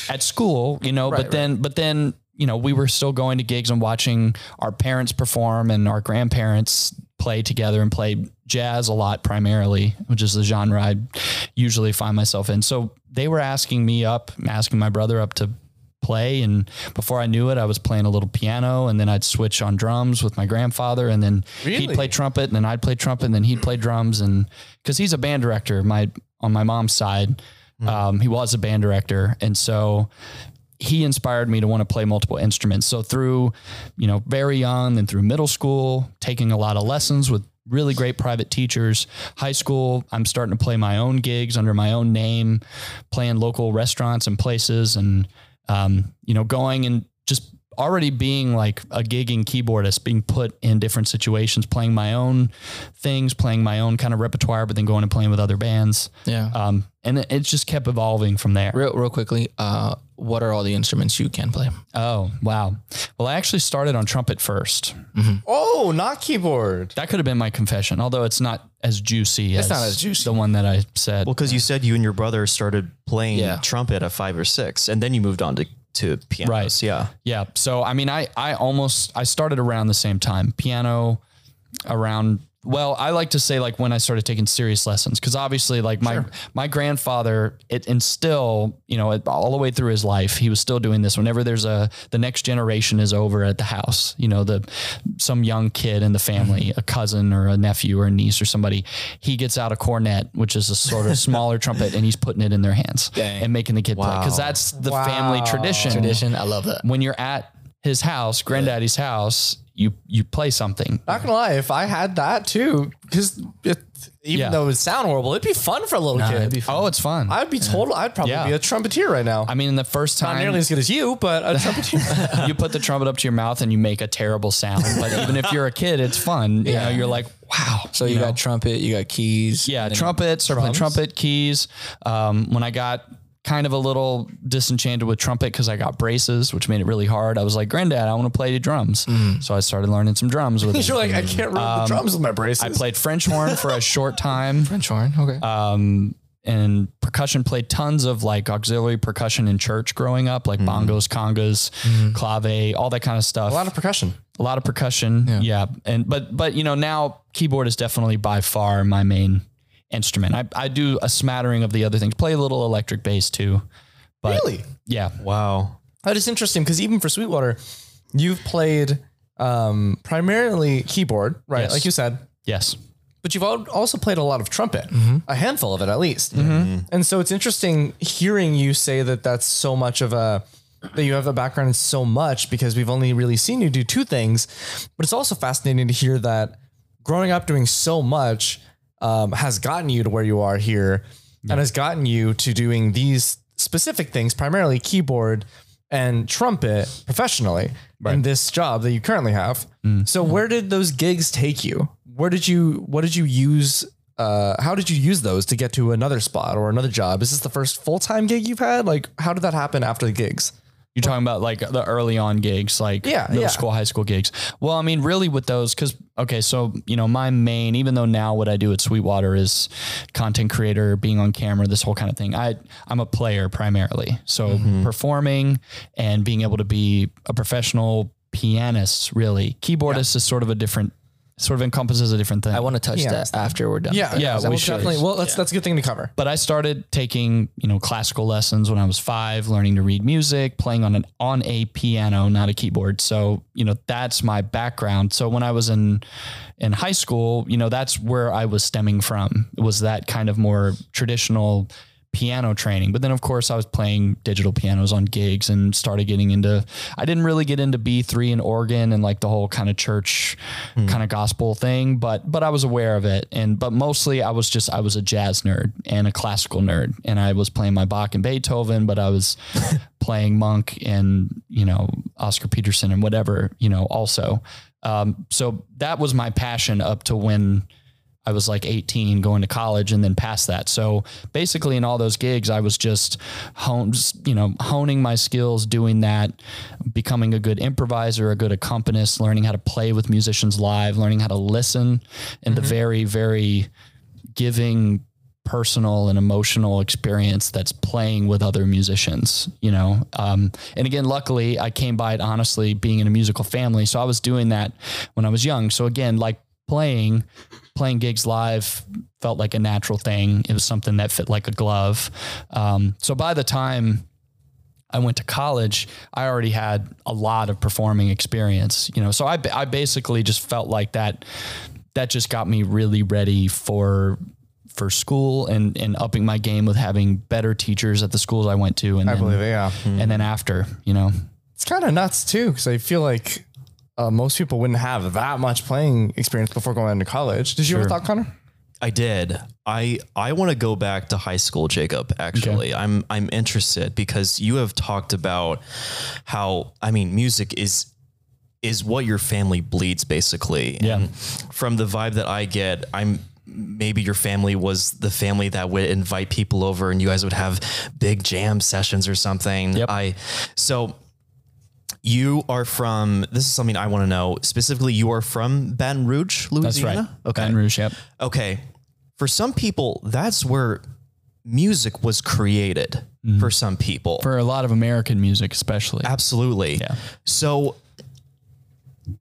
Speaker 4: at school, you know. but then, but then, you know, we were still going to gigs and watching our parents perform and our grandparents play together and play jazz a lot primarily, which is the genre I usually find myself in. So they were asking me up, asking my brother up to play and before I knew it I was playing a little piano and then I'd switch on drums with my grandfather and then he'd
Speaker 1: Really?
Speaker 4: play trumpet and then I'd play trumpet and then he'd play drums and cuz he's a band director my on my mom's side um, he was a band director and so he inspired me to want to play multiple instruments so through you know very young and through middle school taking a lot of lessons with really great private teachers high school I'm starting to play my own gigs under my own name playing local restaurants and places and um, you know, going and just already being like a gigging keyboardist, being put in different situations, playing my own things, playing my own kind of repertoire, but then going and playing with other bands.
Speaker 2: Yeah.
Speaker 4: Um, and it, it just kept evolving from there.
Speaker 2: uh, real real quickly, uh, what are all the instruments you can play?
Speaker 4: Oh, wow. Well, I actually started on trumpet first.
Speaker 1: Oh, not keyboard.
Speaker 4: That could have been my confession, although it's not as juicy as,
Speaker 2: not as juicy.
Speaker 4: the one that I said.
Speaker 3: Well, because you said you and your brother started playing
Speaker 2: Yeah.
Speaker 3: trumpet at five or six, and then you moved on to to pianos.
Speaker 4: Right.
Speaker 3: Yeah.
Speaker 4: Yeah. So I mean, I I almost I started around the same time. Piano around. Well, I like to say like when I started taking serious lessons because obviously like my my grandfather it instill you know it, all the way through his life he was still doing this. Whenever there's a the next generation is over at the house, you know the some young kid in the family, a cousin or a nephew or a niece or somebody, he gets out a cornet, which is a sort of smaller trumpet, and he's putting it in their hands and making the kid play because that's the family tradition
Speaker 2: Tradition, I love that.
Speaker 4: when you're at his house, granddaddy's house, you you play something.
Speaker 1: Not gonna lie, if I had that too, because even
Speaker 4: Yeah.
Speaker 1: though it would sound horrible, it'd be fun for a little kid.
Speaker 4: Oh, it's fun. I,
Speaker 1: I'd be total. I'd probably
Speaker 4: Yeah.
Speaker 1: be a trumpeteer right now. I'm
Speaker 4: mean, the first
Speaker 1: not
Speaker 4: time
Speaker 1: nearly as good as you, but a trumpeteer.
Speaker 4: you put the trumpet up to your mouth and you make a terrible sound, but even if you're a kid, it's fun. You know, you're like, wow.
Speaker 2: So you, got trumpet, you got keys.
Speaker 4: Yeah, trumpet, started playing trumpet keys. Um, when I got kind of a little disenchanted with trumpet because I got braces, which made it really hard. I was like, Granddad, I want to play the drums.
Speaker 1: Mm.
Speaker 4: So I started learning some drums with
Speaker 1: You're
Speaker 4: him.
Speaker 1: like, I can't roll the drums with my braces.
Speaker 4: I played French horn for a short time.
Speaker 2: French horn. Okay.
Speaker 4: and percussion played tons of like auxiliary percussion in church growing up like bongos congas clave all that kind of stuff
Speaker 1: Mm-hmm. a lot of percussion.
Speaker 4: a lot of percussion yeah. and but but you know now keyboard is definitely by far my main instrument i, I do a smattering of the other things play a little electric bass too but
Speaker 1: Really?
Speaker 4: yeah
Speaker 3: Wow.
Speaker 1: That is interesting because even for Sweetwater, you've played um, primarily keyboard, right?
Speaker 4: Yes.
Speaker 1: Like you said,
Speaker 4: yes
Speaker 1: but you've al- also played a lot of trumpet, a handful of it at least. And so it's interesting hearing you say that that's so much of a that you have a background in so much because we've only really seen you do two things. But it's also fascinating to hear that growing up doing so much um, has gotten you to where you are here and has gotten you to doing these specific things, primarily keyboard and trumpet professionally in this job that you currently have. So where did those gigs take you? Where did you what did you use uh how did you use those to get to another spot or another job? Is this the first full-time gig you've had? Like how did that happen after the gigs?
Speaker 4: You're talking about like the early on gigs, like
Speaker 1: Yeah,
Speaker 4: middle
Speaker 1: yeah.
Speaker 4: school, high school gigs. Well, I mean, really with those, because, okay, so, you know, my main, even though now what I do at Sweetwater is content creator, being on camera, this whole kind of thing, I, I'm a player primarily. So performing and being able to be a professional pianist, really. Keyboardist is sort of a different sort of encompasses a different thing.
Speaker 2: I want to touch
Speaker 1: Yeah.
Speaker 2: that after we're done.
Speaker 1: Yeah,
Speaker 2: with it.
Speaker 4: Yeah,
Speaker 2: Is that
Speaker 4: we
Speaker 2: what-
Speaker 4: should.
Speaker 1: Definitely. Well, that's that's a good thing to cover.
Speaker 4: but I started taking, you know, classical lessons when I was five, learning to read music, playing on an on a piano, not a keyboard. So, you know, that's my background. So when I was in in high school, you know, that's where I was stemming from. It was that kind of more traditional piano training. But then of course I was playing digital pianos on gigs and started getting into I didn't really get into B3 and organ and like the whole kind of church kind of gospel thing, but but I was aware of it and but mostly I was just I was a jazz nerd and a classical nerd and I was playing my Bach and Beethoven, but I was playing Monk and, you know, Oscar Peterson and whatever, you know, also. Um, so that was my passion up to when I was like 18 going to college and then past that. So basically in all those gigs, I was just honed, you know, honing my skills, doing that, becoming a good improviser, a good accompanist, learning how to play with musicians live, learning how to listen and the very, very giving personal and emotional experience that's playing with other musicians, you know? Um, and again, luckily I came by it honestly being in a musical family. So I was doing that when I was young. So again, like playing, playing gigs live felt like a natural thing. It was something that fit like a glove. Um, so by the time I went to college, I already had a lot of performing experience, you know. So I, ba- I basically just felt like that that just got me really ready for for school and and upping my game with having better teachers at the schools I went to and then,
Speaker 1: yeah.
Speaker 4: and then after, you know.
Speaker 1: It's kind of nuts too, because I feel like uh, most people wouldn't have that much playing experience before going into college. Did you ever thought, Connor?
Speaker 3: I did. I I want to go back to high school, Jacob. Actually, I'm I'm interested because you have talked about how I mean, music is is what your family bleeds, basically. Yeah. And from the vibe that I get, I'm maybe your family was the family that would invite people over, and you guys would have big jam sessions or something. I so. You are from. This is something I want to know specifically. You are from Baton Rouge, Louisiana. Okay.
Speaker 4: Baton Rouge, yep.
Speaker 3: Okay. For some people, that's where music was created for some people.
Speaker 4: Mm-hmm. For a lot of American music especially.
Speaker 3: Absolutely.
Speaker 4: Yeah.
Speaker 3: So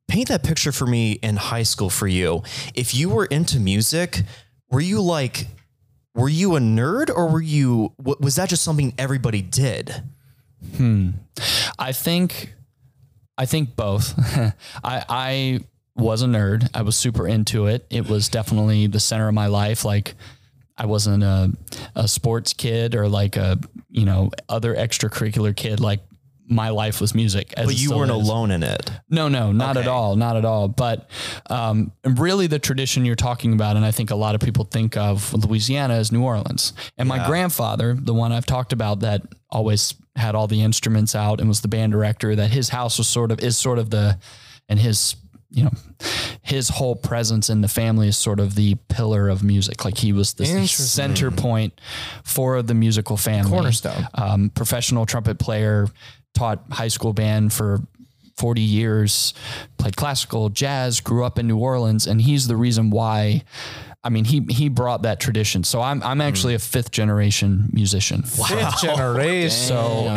Speaker 3: paint that picture for me in high school for you. If you were into music, were you like were you a nerd or were you wa- was that just something everybody did?
Speaker 4: I think I think both. I I was a nerd. I was super into it. It was definitely the center of my life. Like I wasn't a a sports kid or like a, you know, other extracurricular kid like my life was music. as
Speaker 3: But
Speaker 4: it
Speaker 3: you
Speaker 4: still
Speaker 3: weren't
Speaker 4: is.
Speaker 3: alone in it.
Speaker 4: No, no, not at
Speaker 3: Okay.
Speaker 4: all, not at all. But um, really, the tradition you're talking about, and I think a lot of people think of Louisiana as New Orleans. And my grandfather, the one I've talked about, that always had all the instruments out and was the band director. That his house was sort of is sort of the, and his you know his whole presence in the family is sort of the pillar of music like he was the center point for the musical family
Speaker 1: Cornerstone.
Speaker 4: um, professional trumpet player, taught high school band for 40 years, played classical, jazz, grew up in New Orleans, and he's the reason why. I mean, he he brought that tradition. So I'm I'm actually a fifth generation musician.
Speaker 1: Fifth generation.
Speaker 4: So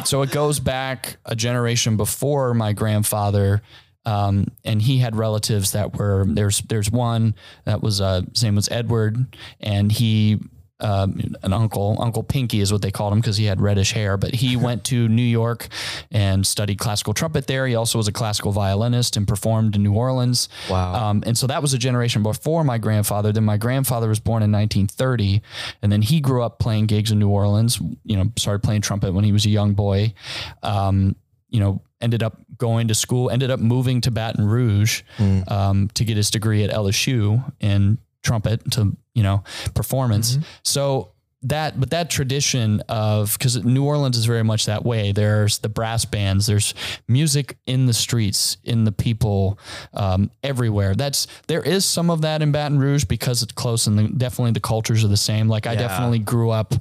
Speaker 4: it, so it goes back a generation before my grandfather. Um, and he had relatives that were there's there's one that was uh, his name was Edward, and he um, an uncle Uncle Pinky is what they called him because he had reddish hair. But he went to New York and studied classical trumpet there. He also was a classical violinist and performed in New Orleans. Wow! Um, and so that was a generation before my grandfather. Then my grandfather was born in 1930, and then he grew up playing gigs in New Orleans. You know, started playing trumpet when he was a young boy. Um, you know, ended up going to school, ended up moving to Baton Rouge um, to get his degree at LSU in trumpet to, you know, performance. So that, but that tradition of, because New Orleans is very much that way. There's the brass bands, there's music in the streets, in the people, um, everywhere. That's, there is some of that in Baton Rouge because it's close and the, definitely the cultures are the same. Like I definitely grew up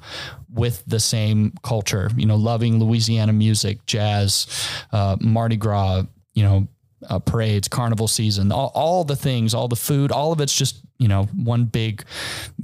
Speaker 4: with the same culture, you know, loving Louisiana music, jazz, uh, Mardi Gras, you know, uh, parades, carnival season, all, all the things, all the food, all of it's just, you know, one big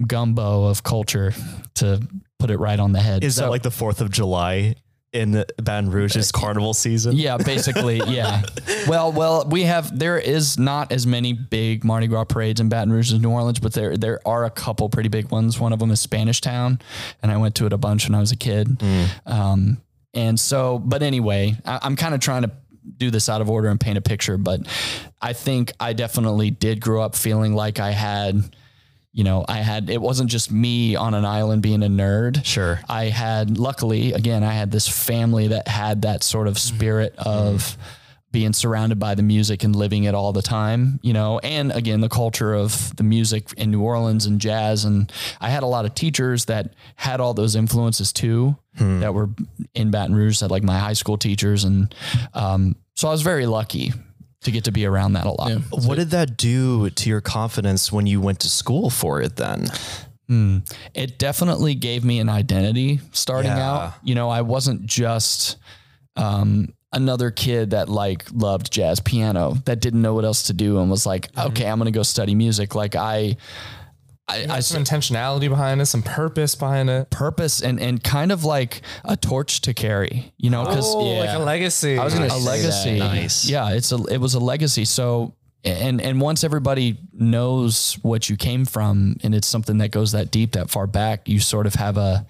Speaker 4: gumbo of culture to put it right on the head.
Speaker 3: Is that like the 4th of July in Baton Rouge's carnival season.
Speaker 4: Yeah, basically, yeah. Well, well, we have there is not as many big Mardi Gras parades in Baton Rouge as New Orleans, but there there are a couple pretty big ones. One of them is Spanish Town, and I went to it a bunch when I was a kid. Um, and so, but anyway, I, I'm kind of trying to do this out of order and paint a picture, but I think I definitely did grow up feeling like I had you know, I had it wasn't just me on an island being a nerd.
Speaker 3: Sure.
Speaker 4: I had luckily again I had this family that had that sort of spirit of being surrounded by the music and living it all the time, you know, and again the culture of the music in New Orleans and jazz and I had a lot of teachers that had all those influences too that were in Baton Rouge that like my high school teachers and um so I was very lucky to get to be around that a lot.
Speaker 3: What did that do to your confidence when you went to school for it then?
Speaker 4: it definitely gave me an identity starting
Speaker 3: Yeah.
Speaker 4: out. You know, I wasn't just um, another kid that like loved jazz piano that didn't know what else to do and was like,
Speaker 1: Mm-hmm.
Speaker 4: okay, I'm going to go study music. Like I, I, I
Speaker 1: There's some intentionality behind it, some purpose behind it.
Speaker 4: purpose and, and kind of like a torch to carry, you know, cause
Speaker 1: Oh, like a legacy. I was
Speaker 2: gonna
Speaker 4: a
Speaker 2: say
Speaker 4: legacy.
Speaker 3: Nice.
Speaker 4: Yeah, it's a it was a legacy. So and and once everybody knows what you came from and it's something that goes that deep, that far back, you sort of have a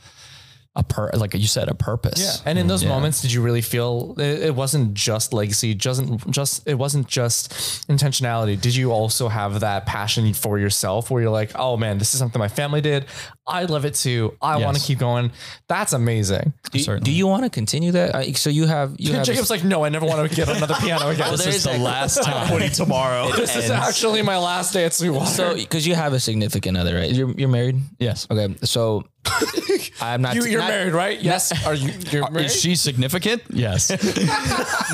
Speaker 4: a per like you said, a purpose.
Speaker 1: And in those moments, did you really feel it, it wasn't just legacy, doesn't just it wasn't just intentionality? Did you also have that passion for yourself where you're like, oh man, this is something my family did. I love it too. I want to
Speaker 4: Yes.
Speaker 1: keep going. That's amazing.
Speaker 2: Do, do you want to continue that? I, so you have you have
Speaker 1: Jacob's like, no, I never want to get another piano again.
Speaker 2: Well,
Speaker 1: this
Speaker 2: there
Speaker 1: is,
Speaker 2: is that-
Speaker 3: time. Quitting tomorrow.
Speaker 1: this is actually my last day at Sweetwater.
Speaker 2: so because you have a significant other, right? You're you're married.
Speaker 4: Yes.
Speaker 2: Okay, so I'm not.
Speaker 1: you, you're
Speaker 2: not-
Speaker 1: married, right? Yes. Are you? You're married?
Speaker 4: Is she significant? Yes.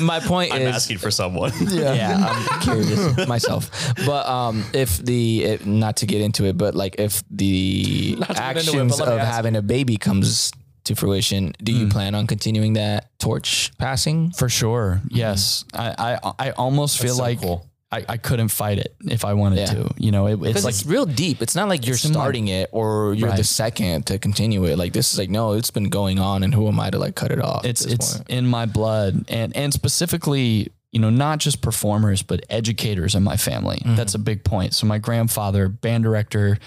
Speaker 2: My point
Speaker 3: I'm
Speaker 2: is,
Speaker 3: asking for someone.
Speaker 2: yeah. I'm curious myself. But um, if the if, not to get into it, but like if the
Speaker 1: Not to get into it,
Speaker 2: actions
Speaker 1: but let me
Speaker 2: of
Speaker 1: ask
Speaker 2: having a baby comes to fruition, do you plan on continuing that torch passing?
Speaker 4: For sure. Yes. I I, I almost feel
Speaker 1: so
Speaker 4: like
Speaker 1: cool.
Speaker 4: I, I couldn't fight it if I wanted
Speaker 2: Yeah.
Speaker 4: to. You know, it, it's
Speaker 2: Because
Speaker 4: like
Speaker 2: it's real deep. It's not like you're
Speaker 4: in my-
Speaker 2: starting it or you're the
Speaker 4: Right.
Speaker 2: second to continue it. Like this is like no, it's been going on, and who am I to like cut it off? at
Speaker 4: it's
Speaker 2: this
Speaker 4: it's
Speaker 2: point?
Speaker 4: in my blood and and specifically you know not just performers but educators in my family
Speaker 2: Mm-hmm.
Speaker 4: that's a big point so my grandfather band director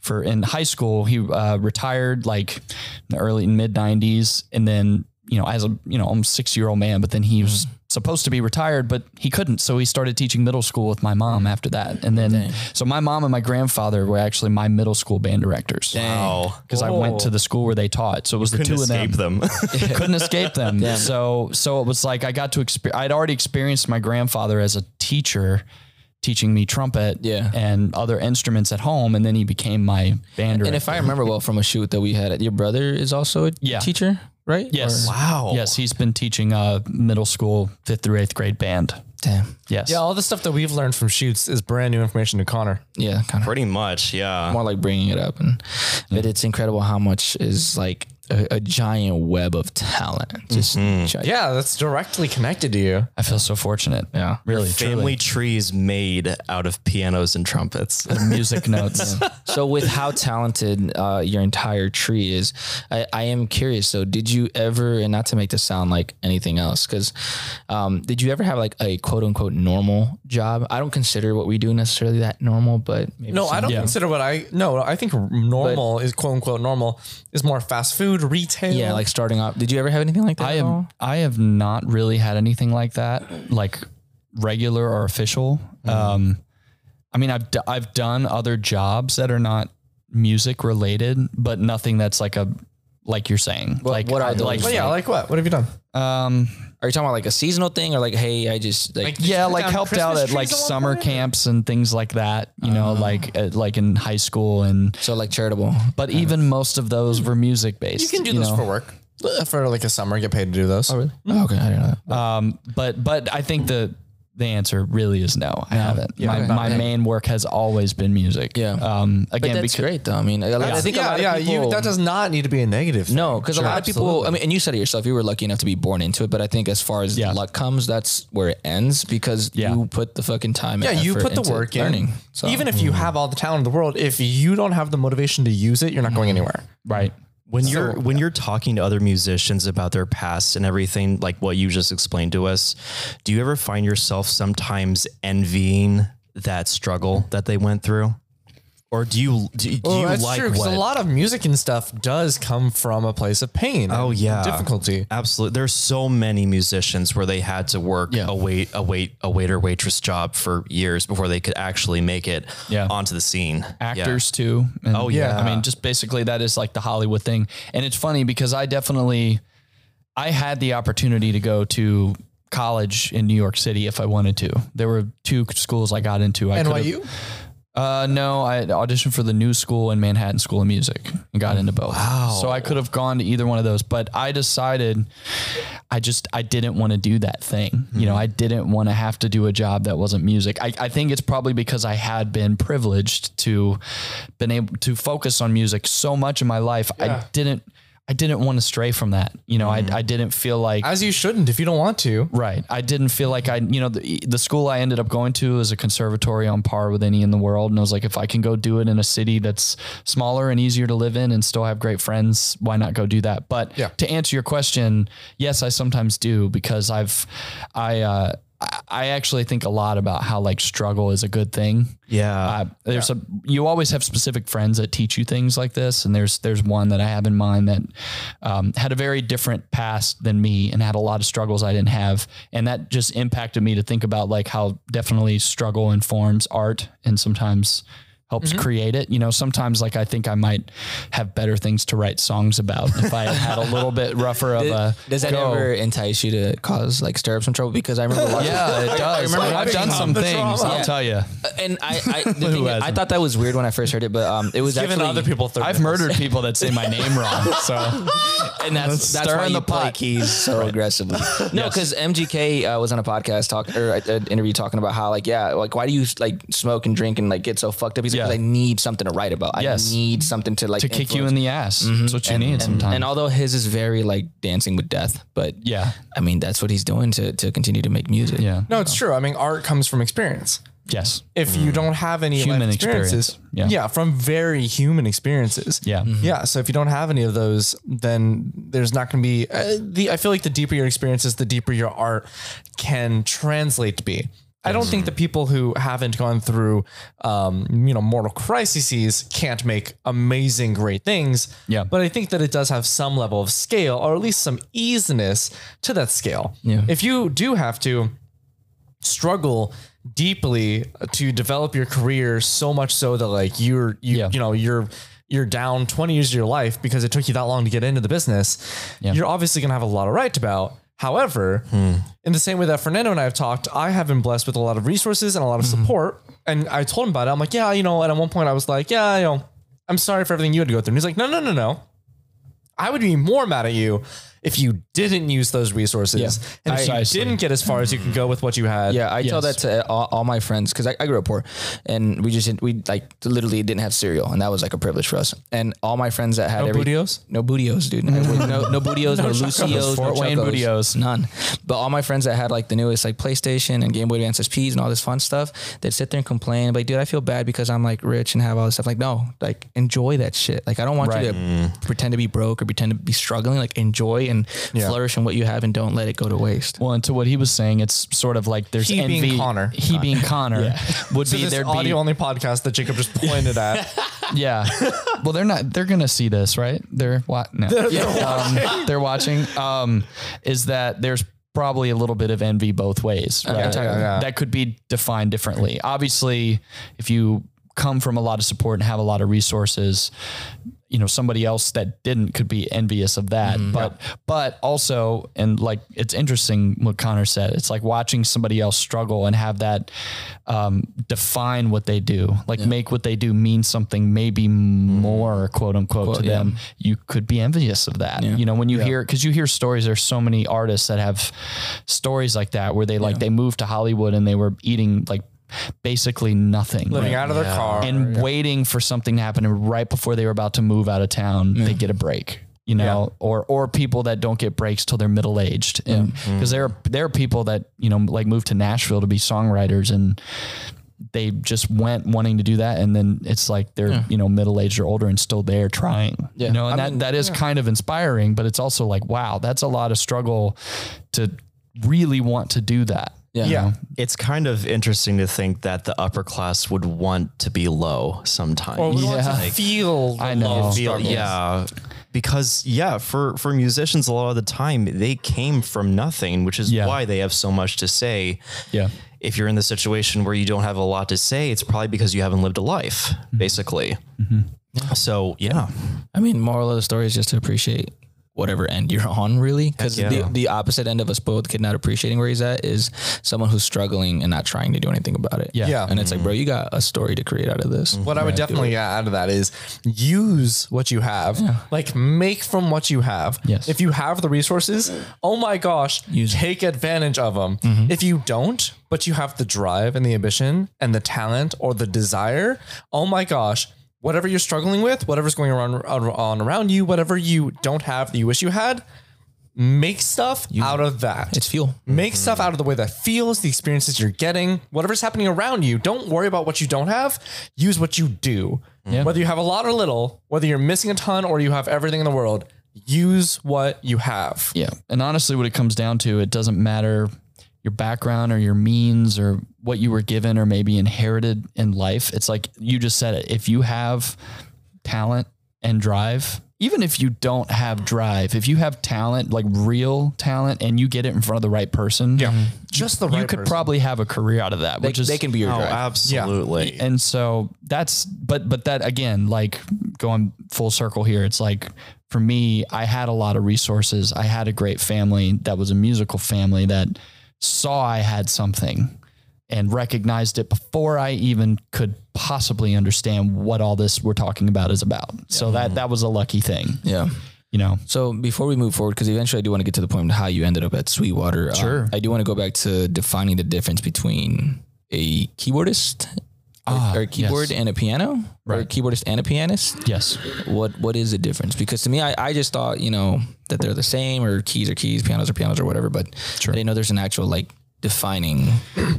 Speaker 4: for in high school he uh, retired like in the early mid 90s and then you know as a you know i'm a six year old man but then he was
Speaker 2: Mm-hmm.
Speaker 4: supposed to be retired but he couldn't so he started teaching middle school with my mom after that and then so my mom and my grandfather were actually my middle school band directors
Speaker 3: Wow.
Speaker 4: because i went to the school where they taught so it was the two
Speaker 3: Couldn't
Speaker 4: of them
Speaker 3: escape them.
Speaker 4: couldn't escape them. So so it was like I got to experience. I'd already experienced my grandfather as a teacher, teaching me trumpet,
Speaker 2: Yeah.
Speaker 4: and other instruments at home, and then he became my band director.
Speaker 2: And if I remember well from a shoot that we had, your brother is also a
Speaker 4: Yeah.
Speaker 2: teacher, right?
Speaker 4: yes,
Speaker 3: wow.
Speaker 4: yes, he's been teaching uh, middle school fifth through eighth grade band.
Speaker 2: Damn.
Speaker 4: Yes,
Speaker 1: yeah, all the stuff that we've learned from shoots is brand new information to Connor.
Speaker 2: Yeah, kind of.
Speaker 3: Pretty much, yeah.
Speaker 2: More like bringing it up, and but it's incredible how much is like a, a giant web of talent. Just
Speaker 4: Mm-hmm.
Speaker 2: giant.
Speaker 1: Yeah, that's directly connected to you.
Speaker 4: I feel so fortunate.
Speaker 2: Yeah.
Speaker 4: really,
Speaker 3: Family trees made out of pianos and trumpets.
Speaker 4: truly. music notes.
Speaker 2: So with how talented uh, your entire tree is, I, I am curious. So did you ever, and not to make this sound like anything else, because um, did you ever have like a quote unquote normal job? I don't consider what we do necessarily that normal, but maybe
Speaker 1: No,
Speaker 2: some-
Speaker 1: I don't consider what I no. I think normal is quote unquote normal is more fast food retail.
Speaker 2: yeah, like starting off. Did you ever have anything like that?
Speaker 4: I
Speaker 2: at all?
Speaker 4: have I have not really had anything like that, like regular or official.
Speaker 1: Mm-hmm.
Speaker 4: Um, I mean, I've d- I've done other jobs that are not music related, but nothing that's like a like you're saying. like
Speaker 2: what are
Speaker 4: I-
Speaker 2: those?
Speaker 4: Like,
Speaker 1: but yeah, like what? What have you done?
Speaker 4: um,
Speaker 2: Are you talking about like a seasonal thing or like, hey, I just like,
Speaker 1: Did you
Speaker 4: yeah,
Speaker 1: put
Speaker 4: like
Speaker 1: down
Speaker 4: helped
Speaker 1: Christmas
Speaker 4: out at
Speaker 1: trees
Speaker 4: like
Speaker 1: at one
Speaker 4: summer
Speaker 1: point? Uh-huh.
Speaker 4: camps and things like that. You know, like at, like in high school and.
Speaker 2: so like charitable?
Speaker 4: But even most of those were music based.
Speaker 1: You can do this
Speaker 4: know?
Speaker 1: for work for like a summer. Get paid to do those.
Speaker 2: Oh, okay, I don't know. That.
Speaker 4: but but I think the the answer really is no. I haven't. my my main work has always been music.
Speaker 2: Yeah.
Speaker 4: Um.
Speaker 2: but
Speaker 4: Again,
Speaker 2: that's
Speaker 4: because
Speaker 2: great though. I mean, a lot, I think a
Speaker 1: yeah,
Speaker 2: lot of
Speaker 1: yeah.
Speaker 2: people.
Speaker 1: You, that does not need to be a negative. Thing.
Speaker 2: no, because
Speaker 1: Sure,
Speaker 2: a lot of people.
Speaker 1: absolutely.
Speaker 2: I mean, and you said it yourself. You were lucky enough to be born into it, but I think as far as
Speaker 4: Yeah.
Speaker 2: luck comes, that's where it ends because
Speaker 4: Yeah.
Speaker 2: you put the fucking time.
Speaker 1: Yeah,
Speaker 2: and
Speaker 1: you
Speaker 2: effort
Speaker 1: put the
Speaker 2: into
Speaker 1: work
Speaker 2: learning.
Speaker 1: in. Hmm. Hmm. Even if you have all the talent in the world, if you don't have the motivation to use it, you're not going anywhere.
Speaker 4: right.
Speaker 3: When you're when you're talking to other musicians about their past and everything, like what you just explained to us, do you ever find yourself sometimes envying that struggle that they went through, or do you do, do
Speaker 1: Well,
Speaker 3: you
Speaker 1: that's
Speaker 3: like
Speaker 1: true, 'cause
Speaker 3: what?
Speaker 1: a lot of music and stuff does come from a place of pain.
Speaker 3: Oh,
Speaker 1: and
Speaker 3: yeah.
Speaker 1: difficulty.
Speaker 3: Absolutely, there's so many musicians where they had to work a wait a wait a waiter waitress job for years before they could actually make it
Speaker 4: Yeah.
Speaker 3: onto the scene. Yeah.
Speaker 4: actors too. And
Speaker 3: Oh, yeah.
Speaker 4: I mean, just basically that is like the Hollywood thing. And it's funny because I definitely I had the opportunity to go to college in New York City if I wanted to. There were two schools I got into. I could've-
Speaker 1: NYU?
Speaker 4: Uh, no, I auditioned for the New School and Manhattan School of Music and got into both. Wow. So I could have gone to either one of those, but I decided I just I didn't want to do that thing. You know, I didn't want to have to do a job that wasn't music. I, I think it's probably because I had been privileged to been able to focus on music so much in my life. I didn't I didn't want to stray from that. You know, I I didn't feel like
Speaker 1: As you shouldn't if you don't want to.
Speaker 4: Right. I didn't feel like I, you know, the, the school I ended up going to is a conservatory on par with any in the world. And I was like, if I can go do it in a city that's smaller and easier to live in and still have great friends, why not go do that? But
Speaker 1: Yeah.
Speaker 4: to answer your question, yes, I sometimes do because I've, I, uh, I- I actually think a lot about how like struggle is a good thing.
Speaker 3: yeah.
Speaker 4: Uh, there's a you always have specific friends that teach you things like this, and there's there's one that I have in mind that um, had a very different past than me and had a lot of struggles I didn't have, and that just impacted me to think about like how definitely struggle informs art and sometimes helps
Speaker 2: Mm-hmm.
Speaker 4: create it. You know, sometimes like I think I might have better things to write songs about if I had a little bit rougher of a
Speaker 2: Does that
Speaker 4: Uh, go.
Speaker 2: ever entice you to cause like stir up some trouble? Because I remember watching.
Speaker 4: Yeah, it does. I,
Speaker 2: remember
Speaker 4: have done some
Speaker 1: the
Speaker 4: things.
Speaker 1: trauma.
Speaker 4: I'll tell you.
Speaker 2: and I, I, the thing, I thought that was weird when I first heard it, but um, it was
Speaker 1: Giving
Speaker 2: actually
Speaker 1: other people third
Speaker 4: I've murdered people that say my name wrong. So
Speaker 2: and that's that's
Speaker 4: stir
Speaker 2: why
Speaker 4: in
Speaker 2: you
Speaker 4: the
Speaker 2: play
Speaker 4: pot.
Speaker 2: keys so aggressively. No, because MGK uh, was on a podcast talk or a- an interview talking about how like yeah, like why do you like smoke and drink and like get so fucked up? He's like,
Speaker 4: Yeah.
Speaker 2: 'Cause I need something to write about. I
Speaker 4: Yes.
Speaker 2: need something to like
Speaker 4: to kick you in the ass. That's what you need sometimes.
Speaker 2: And although his is very like dancing with death, but
Speaker 4: Yeah.
Speaker 2: I mean that's what he's doing to to continue to make music.
Speaker 4: yeah.
Speaker 1: No, it's true. I mean, art comes from experience.
Speaker 4: Yes.
Speaker 1: If you don't have any
Speaker 4: Human
Speaker 1: life experiences,
Speaker 4: experience. Yeah.
Speaker 1: from very human experiences.
Speaker 4: Yeah. Mhm.
Speaker 1: yeah. So if you don't have any of those, then there's not going to be uh, the. I feel like the deeper your experiences, the deeper your art can translate to be. I don't think the people who haven't gone through, um, you know, mortal crises can't make amazing, great things.
Speaker 4: Yeah.
Speaker 1: But I think that it does have some level of scale, or at least some easiness to that scale.
Speaker 2: Yeah.
Speaker 1: If you do have to struggle deeply to develop your career so much so that like you're you
Speaker 4: Yeah.
Speaker 1: you know you're you're down 20 years of your life because it took you that long to get into the business you're obviously going to have a lot of right about however
Speaker 4: Hmm.
Speaker 1: in the same way that fernando and i have talked i have been blessed with a lot of resources and a lot of
Speaker 4: Hmm.
Speaker 1: support and i told him about it i'm like yeah you know and at one point i was like yeah you know i'm sorry for everything you had to go through and he's like no no no no I would be more mad at you if you didn't use those resources and if
Speaker 4: Precisely.
Speaker 1: you didn't get as far as you can go with what you had.
Speaker 2: Yeah, I tell that to all, all my friends because I, I grew up poor, and we just didn't- we like literally didn't have cereal, and that was like a privilege for us. And all my friends that had no every,
Speaker 1: Budios?
Speaker 2: no bootios, dude, no, no, no bootios, no, Lucios,
Speaker 4: Fort
Speaker 2: no
Speaker 4: Wayne
Speaker 2: Chocos,
Speaker 4: Budios.
Speaker 2: none. But all my friends that had like the newest like PlayStation and Game Boy Advance SPs and all this fun stuff, they'd sit there and complain, like, dude, I feel bad because I'm like rich and have all this stuff. Like, no, like enjoy that shit. Like, I don't want you
Speaker 4: Right.
Speaker 2: to pretend to be broke or pretend to be struggling. Like, enjoy and flourish in what you have, and don't let it go to waste.
Speaker 4: Well, and to what he was saying, it's sort of like there's
Speaker 1: He being
Speaker 4: envy.
Speaker 1: Connor.
Speaker 4: He being Connor would
Speaker 1: So
Speaker 4: be
Speaker 1: this
Speaker 4: there'd
Speaker 1: audio
Speaker 4: be
Speaker 1: only podcast that Jacob just pointed at.
Speaker 4: yeah. well, they're not. They're gonna see this, right? They're what? No. um, they're watching. Um, is that there's probably a little bit of envy both ways, right?
Speaker 1: yeah, yeah.
Speaker 4: That could be defined differently. Obviously, if you come from a lot of support and have a lot of resources, you know somebody else that didn't could be envious of that but but also and like it's interesting what connor said it's like watching somebody else struggle and have that um, define what they do like make what they do mean something maybe more quote unquote to them you could be envious of that you know when you hear because you hear stories there's so many artists that have stories like that where they like they moved to hollywood and they were eating like basically nothing
Speaker 1: Living out of their car.
Speaker 4: and waiting for something to happen and right before they were about to move out of town they get a break you know or or people that don't get breaks till they're middle aged
Speaker 2: Mm.
Speaker 4: and because there are there are people that you know like move to Nashville to be songwriters and they just went wanting to do that, and then it's like they're you know middle aged or older and still there trying.
Speaker 2: Yeah.
Speaker 4: You know, and
Speaker 2: I
Speaker 4: that
Speaker 2: mean,
Speaker 4: that is kind of inspiring, but it's also like wow, that's a lot of struggle to really want to do that.
Speaker 2: Yeah.
Speaker 3: It's kind of interesting to think that the upper class would want to be low sometimes.
Speaker 1: Or we want to
Speaker 4: Yeah.
Speaker 1: feel the
Speaker 4: I know.
Speaker 1: love
Speaker 3: Feel-
Speaker 1: struggles.
Speaker 3: yeah. Because yeah, for for musicians a lot of the time they came from nothing, which is
Speaker 4: Yeah.
Speaker 3: why they have so much to say.
Speaker 4: Yeah.
Speaker 3: If you're in the situation where you don't have a lot to say, it's probably because you haven't lived a life, basically. So Mm-hmm. yeah. Oh,
Speaker 2: I mean, moral of the story is just to appreciate whatever end you're on, really. Because
Speaker 3: Heck yeah.
Speaker 2: the, the opposite end of us both kid not appreciating where he's at is someone who's struggling and not trying to do anything about it.
Speaker 4: Yeah.
Speaker 1: Yeah.
Speaker 2: And it's like, bro, you got a story to create out of this.
Speaker 1: What I would definitely add to that is use what you have. Like make from what you have.
Speaker 4: Yes.
Speaker 1: If you have the resources, oh my gosh, take advantage of them. If you don't, but you have the drive and the ambition and the talent or the desire, oh my gosh, whatever you're struggling with, whatever's going around on around you, whatever you don't have that you wish you had, make stuff out of that.
Speaker 2: It's fuel.
Speaker 1: Make stuff out of the way that feels, the experiences you're getting, whatever's happening around you. Don't worry about what you don't have. Use what you do. Whether you have a lot or little, whether you're missing a ton or you have everything in the world, use what you have.
Speaker 4: Yeah. And honestly, what it comes down to, it doesn't matter your background or your means or what you were given or maybe inherited in life. It's like you just said it. If you have talent and drive, even if you don't have drive, if you have talent, like real talent, and you get it in front of the right person, yeah.
Speaker 1: Just the
Speaker 4: you
Speaker 1: right
Speaker 4: could
Speaker 1: person.
Speaker 4: probably have a career out of that,
Speaker 2: They,
Speaker 4: which is
Speaker 2: they can be your
Speaker 3: Oh,
Speaker 2: drive.
Speaker 3: absolutely.
Speaker 4: and so that's but but that again like going full circle here it's like for me i had a lot of resources i had a great family that was a musical family that saw i had something and recognized it before i even could possibly understand what all this we're talking about is about so that that was a lucky thing
Speaker 2: Yeah.
Speaker 4: you know
Speaker 2: So before we move forward, because eventually I do want to get to the point of how you ended up at Sweetwater. Sure. I do want to go back to defining the difference between a keyboardist or, or a keyboard and a piano, or a keyboardist and a pianist.
Speaker 4: yes
Speaker 2: What what is the difference? Because to me, I, I just thought you know that they're the same, or keys are keys, pianos are pianos, or whatever. But I didn't know there's an actual like defining.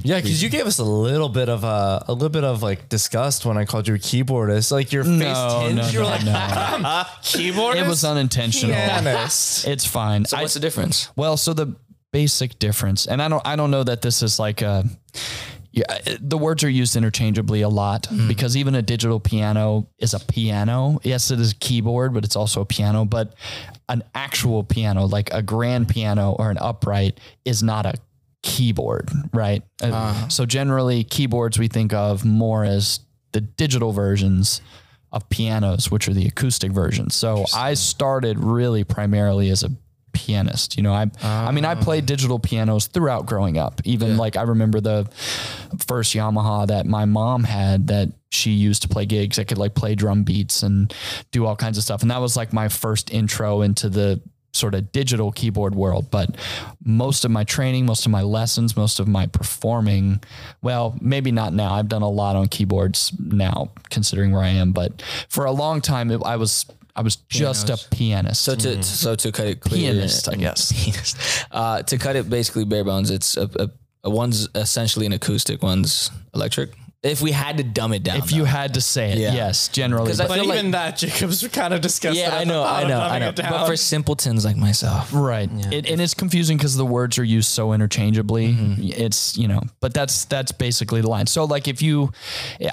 Speaker 1: Yeah, because you gave us a little bit of uh, a little bit of like disgust when I called you a keyboardist. Like your face
Speaker 4: no,
Speaker 1: tinged.
Speaker 4: no,
Speaker 1: you were
Speaker 4: no,
Speaker 1: like,
Speaker 4: no.
Speaker 1: keyboardist.
Speaker 4: it was unintentional
Speaker 1: Pianist.
Speaker 4: it's fine
Speaker 2: So what's the difference?
Speaker 4: Well, so the basic difference, and I don't, I don't know that this is like a. Yeah, the words are used interchangeably a lot because even a digital piano is a piano. Yes, it is a keyboard, but it's also a piano. But an actual piano, like a grand piano or an upright, is not a keyboard, right? Uh, so generally, keyboards we think of more as the digital versions of pianos, which are the acoustic versions. So I started really primarily as a pianist. You know, I I mean I played digital pianos throughout growing up. Even like I remember the first Yamaha that my mom had that she used to play gigs. I could like play drum beats and do all kinds of stuff. And that was like my first intro into the sort of digital keyboard world. But most of my training, most of my lessons, most of my performing, well, maybe not now. I've done a lot on keyboards now, considering where I am. But for a long time, it, I was I was just a pianist.
Speaker 2: So to so to cut it clear,
Speaker 4: Pianist, I guess.
Speaker 2: Pianist. Uh, to cut it basically bare bones, it's a, a, a one's essentially an acoustic, one's electric. If we had to dumb it down,
Speaker 4: if you had to say it,
Speaker 2: Yeah.
Speaker 4: yes, generally.
Speaker 2: 'Cause I
Speaker 4: But-
Speaker 1: But
Speaker 2: feel like-
Speaker 1: even that, Jacob's kind of disgusted.
Speaker 2: yeah,
Speaker 1: at
Speaker 2: I
Speaker 1: the
Speaker 2: know,
Speaker 1: thought
Speaker 2: I
Speaker 1: of
Speaker 2: know, I
Speaker 1: dumbing
Speaker 2: know.
Speaker 1: it down.
Speaker 2: But for simpletons like myself,
Speaker 4: Right, it, and it's confusing because the words are used so interchangeably.
Speaker 2: Mm-hmm.
Speaker 4: It's you know, but that's that's basically the line. So like, if you,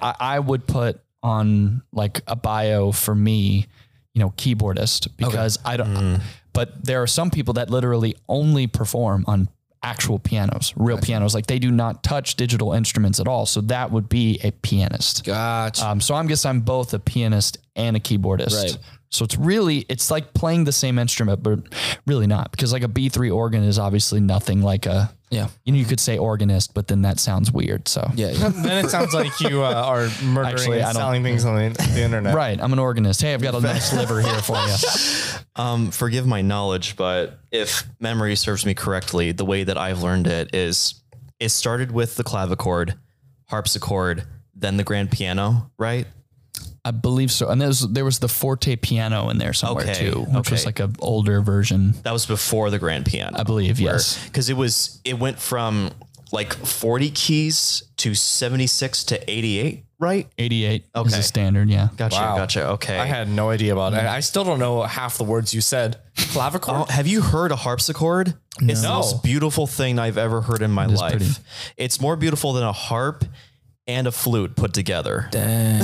Speaker 4: I, I would put on like a bio for me, you know, keyboardist because I don't.
Speaker 2: Mm.
Speaker 4: But there are some people that literally only perform on actual pianos, real pianos. Like they do not touch digital instruments at all. So that would be a pianist.
Speaker 2: gotcha.
Speaker 4: Um, so I guess I'm both a pianist and a keyboardist.
Speaker 2: Right.
Speaker 4: So it's really it's like playing the same instrument, but really not because like a B three organ is obviously nothing like a
Speaker 2: Yeah.
Speaker 4: You know, you could say organist, but then that sounds weird. So
Speaker 2: Yeah, yeah.
Speaker 1: Then it sounds like you uh, are murdering
Speaker 4: Actually, I
Speaker 1: and
Speaker 4: don't-
Speaker 1: selling things on the, the internet.
Speaker 4: Right, I'm an organist. Hey, I've got a nice liver here for you.
Speaker 3: Um, forgive my knowledge, but if memory serves me correctly, the way that I've learned it is it started with the clavichord, harpsichord, then the grand piano, right?
Speaker 4: I believe so. And there was, there was the forte piano in there somewhere
Speaker 3: Okay,
Speaker 4: too, which was
Speaker 3: okay.
Speaker 4: like an older version,
Speaker 3: That was before the grand piano.
Speaker 4: I believe. Yes,
Speaker 3: Because it was it went from like 40 keys to 76 to 88, right?
Speaker 4: 88 okay. is
Speaker 3: Okay.
Speaker 4: the standard. Yeah.
Speaker 3: Gotcha, gotcha. Okay.
Speaker 1: I had no idea about it. And I still don't know half the words you said.
Speaker 3: Oh,
Speaker 1: Clavichord?
Speaker 3: have you heard a harpsichord? It's the
Speaker 1: No.
Speaker 3: most beautiful thing I've ever heard in my life.
Speaker 4: pretty.
Speaker 3: It's more beautiful than a harp and a flute put together.
Speaker 2: Eh,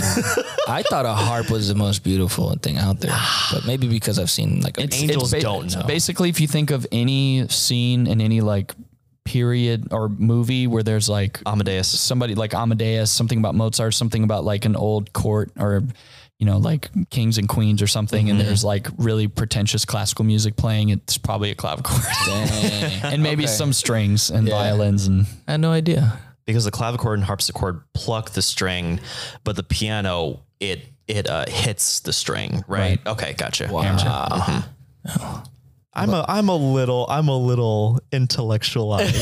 Speaker 2: I thought a harp was the most beautiful thing out there, but maybe because I've seen like a,
Speaker 3: Angels don't know.
Speaker 4: Basically, if you think of any scene in any like period or movie where there's like
Speaker 3: Amadeus.
Speaker 4: somebody like Amadeus, something about Mozart, something about like an old court or you know like kings and queens or something,
Speaker 3: Mm-hmm.
Speaker 4: and there's like really pretentious classical music playing. It's probably a clavichord
Speaker 2: Dang.
Speaker 4: and maybe some strings and violins and
Speaker 2: I had no idea.
Speaker 3: Because the clavichord and harpsichord pluck the string, but the piano it it uh, hits the string, right? Okay, gotcha. Mhm. I'm a I'm a little I'm a little intellectualized.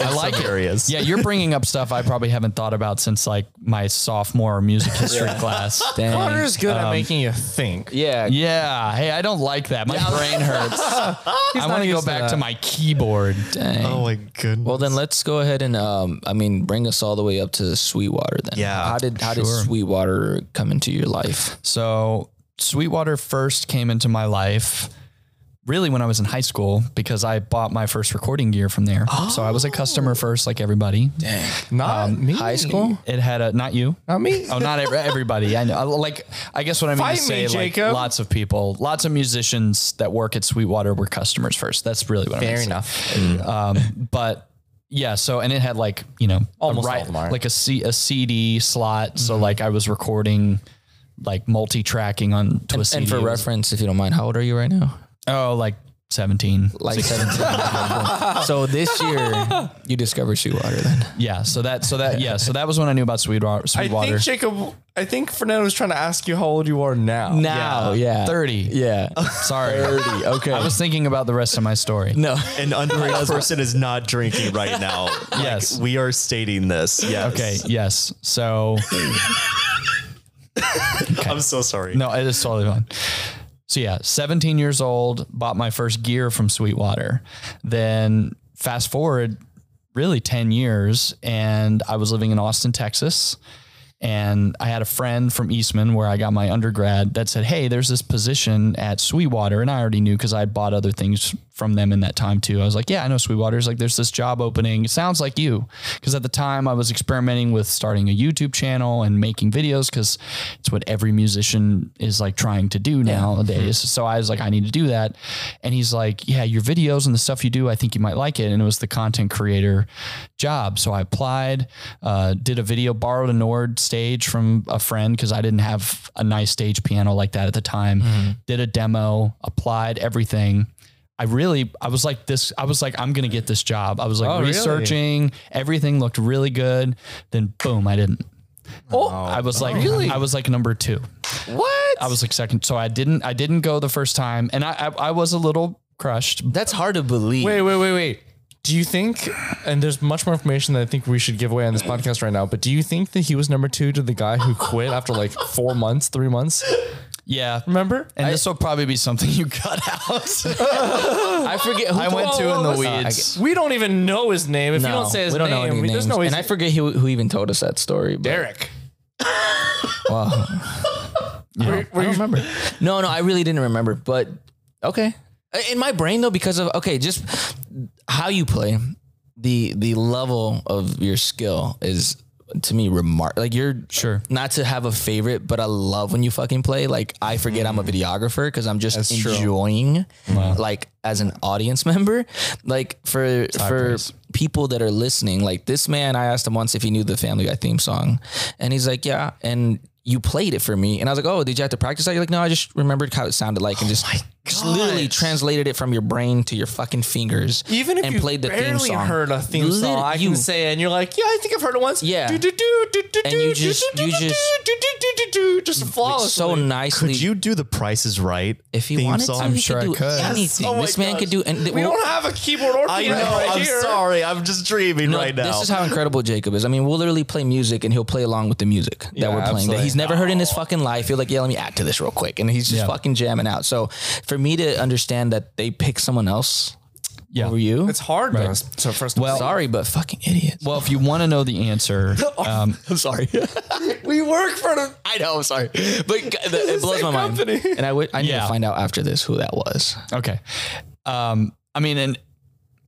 Speaker 3: I
Speaker 4: like it.
Speaker 3: areas.
Speaker 4: yeah. You're bringing up stuff I probably haven't thought about since like my sophomore music history class.
Speaker 2: Dang.
Speaker 1: Connor's good at making you think.
Speaker 2: Yeah.
Speaker 4: Yeah. Hey, I don't like that. My brain hurts. I want
Speaker 1: not
Speaker 4: to go
Speaker 1: used to
Speaker 4: back to
Speaker 1: that.
Speaker 4: my keyboard.
Speaker 2: Dang.
Speaker 3: Oh my goodness.
Speaker 2: Well, then let's go ahead and um, I mean, bring us all the way up to Sweetwater. Then,
Speaker 3: Yeah,
Speaker 2: How did how did Sweetwater come into your life?
Speaker 4: So Sweetwater first came into my life really when I was in high school because I bought my first recording gear from there. So I was a
Speaker 1: Oh.
Speaker 4: customer first, like everybody.
Speaker 1: Not me.
Speaker 2: Um, High school?
Speaker 4: It had a not you.
Speaker 1: Not me.
Speaker 4: Oh, not ev- everybody. I know. I- Like, I guess what I mean
Speaker 1: Fight
Speaker 4: to say,
Speaker 1: me,
Speaker 4: like,
Speaker 1: Jacob.
Speaker 4: lots of people, lots of musicians that work at Sweetwater were customers first. That's really what I meant.
Speaker 1: Fair
Speaker 4: to say.
Speaker 1: enough.
Speaker 4: Um, but yeah, so and it had like you know
Speaker 1: Almost
Speaker 4: a
Speaker 1: all of them are. Mm-hmm.
Speaker 4: like a, C, a CD slot. So like I was recording like multi-tracking on to a CD.
Speaker 2: And for
Speaker 4: It was-
Speaker 2: reference, if you don't mind, how old are you right now?
Speaker 4: oh, like seventeen.
Speaker 2: Like seventeen. so this year, you discovered Sweetwater. Then
Speaker 4: Yeah, so that so that yeah, so that was when I knew about Sweetwater.
Speaker 1: I
Speaker 4: Sweetwater.
Speaker 1: think Jacob, I think Fernando was trying to ask you how old you are now.
Speaker 2: now, yeah,
Speaker 4: Thirty.
Speaker 2: yeah.
Speaker 4: Sorry.
Speaker 2: Thirty. Okay.
Speaker 4: I was thinking about the rest of my story.
Speaker 2: no.
Speaker 3: an underage person is not drinking right now. Like,
Speaker 4: Yes.
Speaker 3: we are stating this. Yes.
Speaker 4: Okay. Yes. So
Speaker 3: I'm so sorry.
Speaker 4: no, it is totally fine. So yeah, 17 years old, bought my first gear from Sweetwater. Then fast forward really 10 years and I was living in Austin, Texas. And I had a friend from Eastman where I got my undergrad that said, Hey, there's this position at Sweetwater. And I already knew because I had bought other things from them in that time too. I was like, Yeah, I know Sweetwater's like, there's this job opening. It sounds like you. Because at the time I was experimenting with starting a YouTube channel and making videos because it's what every musician is like trying to do nowadays. So I was like, I need to do that. And he's like, Yeah, your videos and the stuff you do, I think you might like it. And it was the content creator job. So I applied, uh, did a video, borrowed a Nord stage from a friend because I didn't have a nice stage piano like that at the time.
Speaker 1: Mm-hmm.
Speaker 4: Did a demo, applied everything. I really, I was like this. I was like, I'm gonna get this job. I was like
Speaker 1: Oh, really?
Speaker 4: researching. Everything looked really good. Then boom, I didn't. Oh, I was like, I was like number two.
Speaker 1: What?
Speaker 4: I was like second. So I didn't, I didn't go the first time, and I, I, I was a little crushed.
Speaker 2: That's hard to believe.
Speaker 1: Wait, wait, wait, wait. Do you think, and there's much more information that I think we should give away on this podcast right now, but do you think that he was number two to the guy who quit after like four months, three months?
Speaker 4: Yeah,
Speaker 1: Remember?
Speaker 4: And this will probably be something you cut out.
Speaker 2: I forget. Who
Speaker 4: I went to in the
Speaker 2: weeds.
Speaker 4: weeds.
Speaker 1: we don't even know his name. If
Speaker 2: No,
Speaker 1: you don't say his
Speaker 2: we don't know
Speaker 1: name,
Speaker 2: any
Speaker 1: we-
Speaker 2: names,
Speaker 1: there's no way.
Speaker 2: and I forget who, who even told us that story. But
Speaker 1: Derek.
Speaker 2: Wow.
Speaker 1: Were- were you-
Speaker 2: remember. No, no, I really didn't remember. But okay, in my brain though, because of okay, just how you play, the the level of your skill is to me remark. Like you're
Speaker 4: Sure.
Speaker 2: not to have a favorite, but I love when you fucking play. Like I forget I'm a videographer because I'm just enjoying, like as an audience member. Like for for people that are listening, like this man, I asked him once if he knew the Family Guy theme song, and he's like, yeah, and. You played it for me, and I was like, "Oh, did you have to practice that?" You're like, "No, I just remembered how it sounded like, and just, just literally translated it from your brain to your fucking fingers,
Speaker 1: Even if
Speaker 2: and
Speaker 1: you barely heard a theme
Speaker 2: Lit-
Speaker 1: song, I
Speaker 2: you-
Speaker 1: can say it, and you're like, yeah, I think I've heard it once.
Speaker 2: Yeah.
Speaker 1: Do, do, do, do, do,
Speaker 2: And
Speaker 1: do,
Speaker 2: you just-
Speaker 1: do,
Speaker 2: you
Speaker 1: do, do,
Speaker 2: just-
Speaker 1: do, do, do, do, do, just flawlessly.
Speaker 2: so nicely.
Speaker 3: Could you do the prices right?
Speaker 2: If he
Speaker 3: theme
Speaker 2: wanted to,
Speaker 3: song?
Speaker 2: he
Speaker 4: sure I
Speaker 2: could do
Speaker 4: could.
Speaker 2: anything.
Speaker 1: Oh my
Speaker 2: this man
Speaker 1: gosh.
Speaker 2: could do. And
Speaker 1: We don't have a keyboard or
Speaker 3: I know.
Speaker 1: piano right
Speaker 3: I'm
Speaker 1: here.
Speaker 3: sorry. I'm just dreaming right now.
Speaker 2: This is how incredible Jacob is. I mean, we'll literally play music and he'll play along with the music that we're playing that
Speaker 1: absolutely.
Speaker 2: he's never heard in his fucking life. He'll like, yeah, let me add to this real quick, and he's just
Speaker 4: Yeah.
Speaker 2: fucking jamming out. So for me to understand that they pick someone else
Speaker 4: Yeah.
Speaker 2: over you.
Speaker 1: It's hard. though. So first, of all,
Speaker 2: Sorry, but fucking idiots.
Speaker 4: Well, if you want to know the answer, um,
Speaker 2: I'm sorry.
Speaker 1: we work for the
Speaker 2: I know. I'm sorry, but g- the, it blows
Speaker 1: same
Speaker 2: my mind.
Speaker 1: company.
Speaker 2: And I would. I need
Speaker 4: Yeah.
Speaker 2: to find out after this who that was.
Speaker 4: okay. Um, I mean, and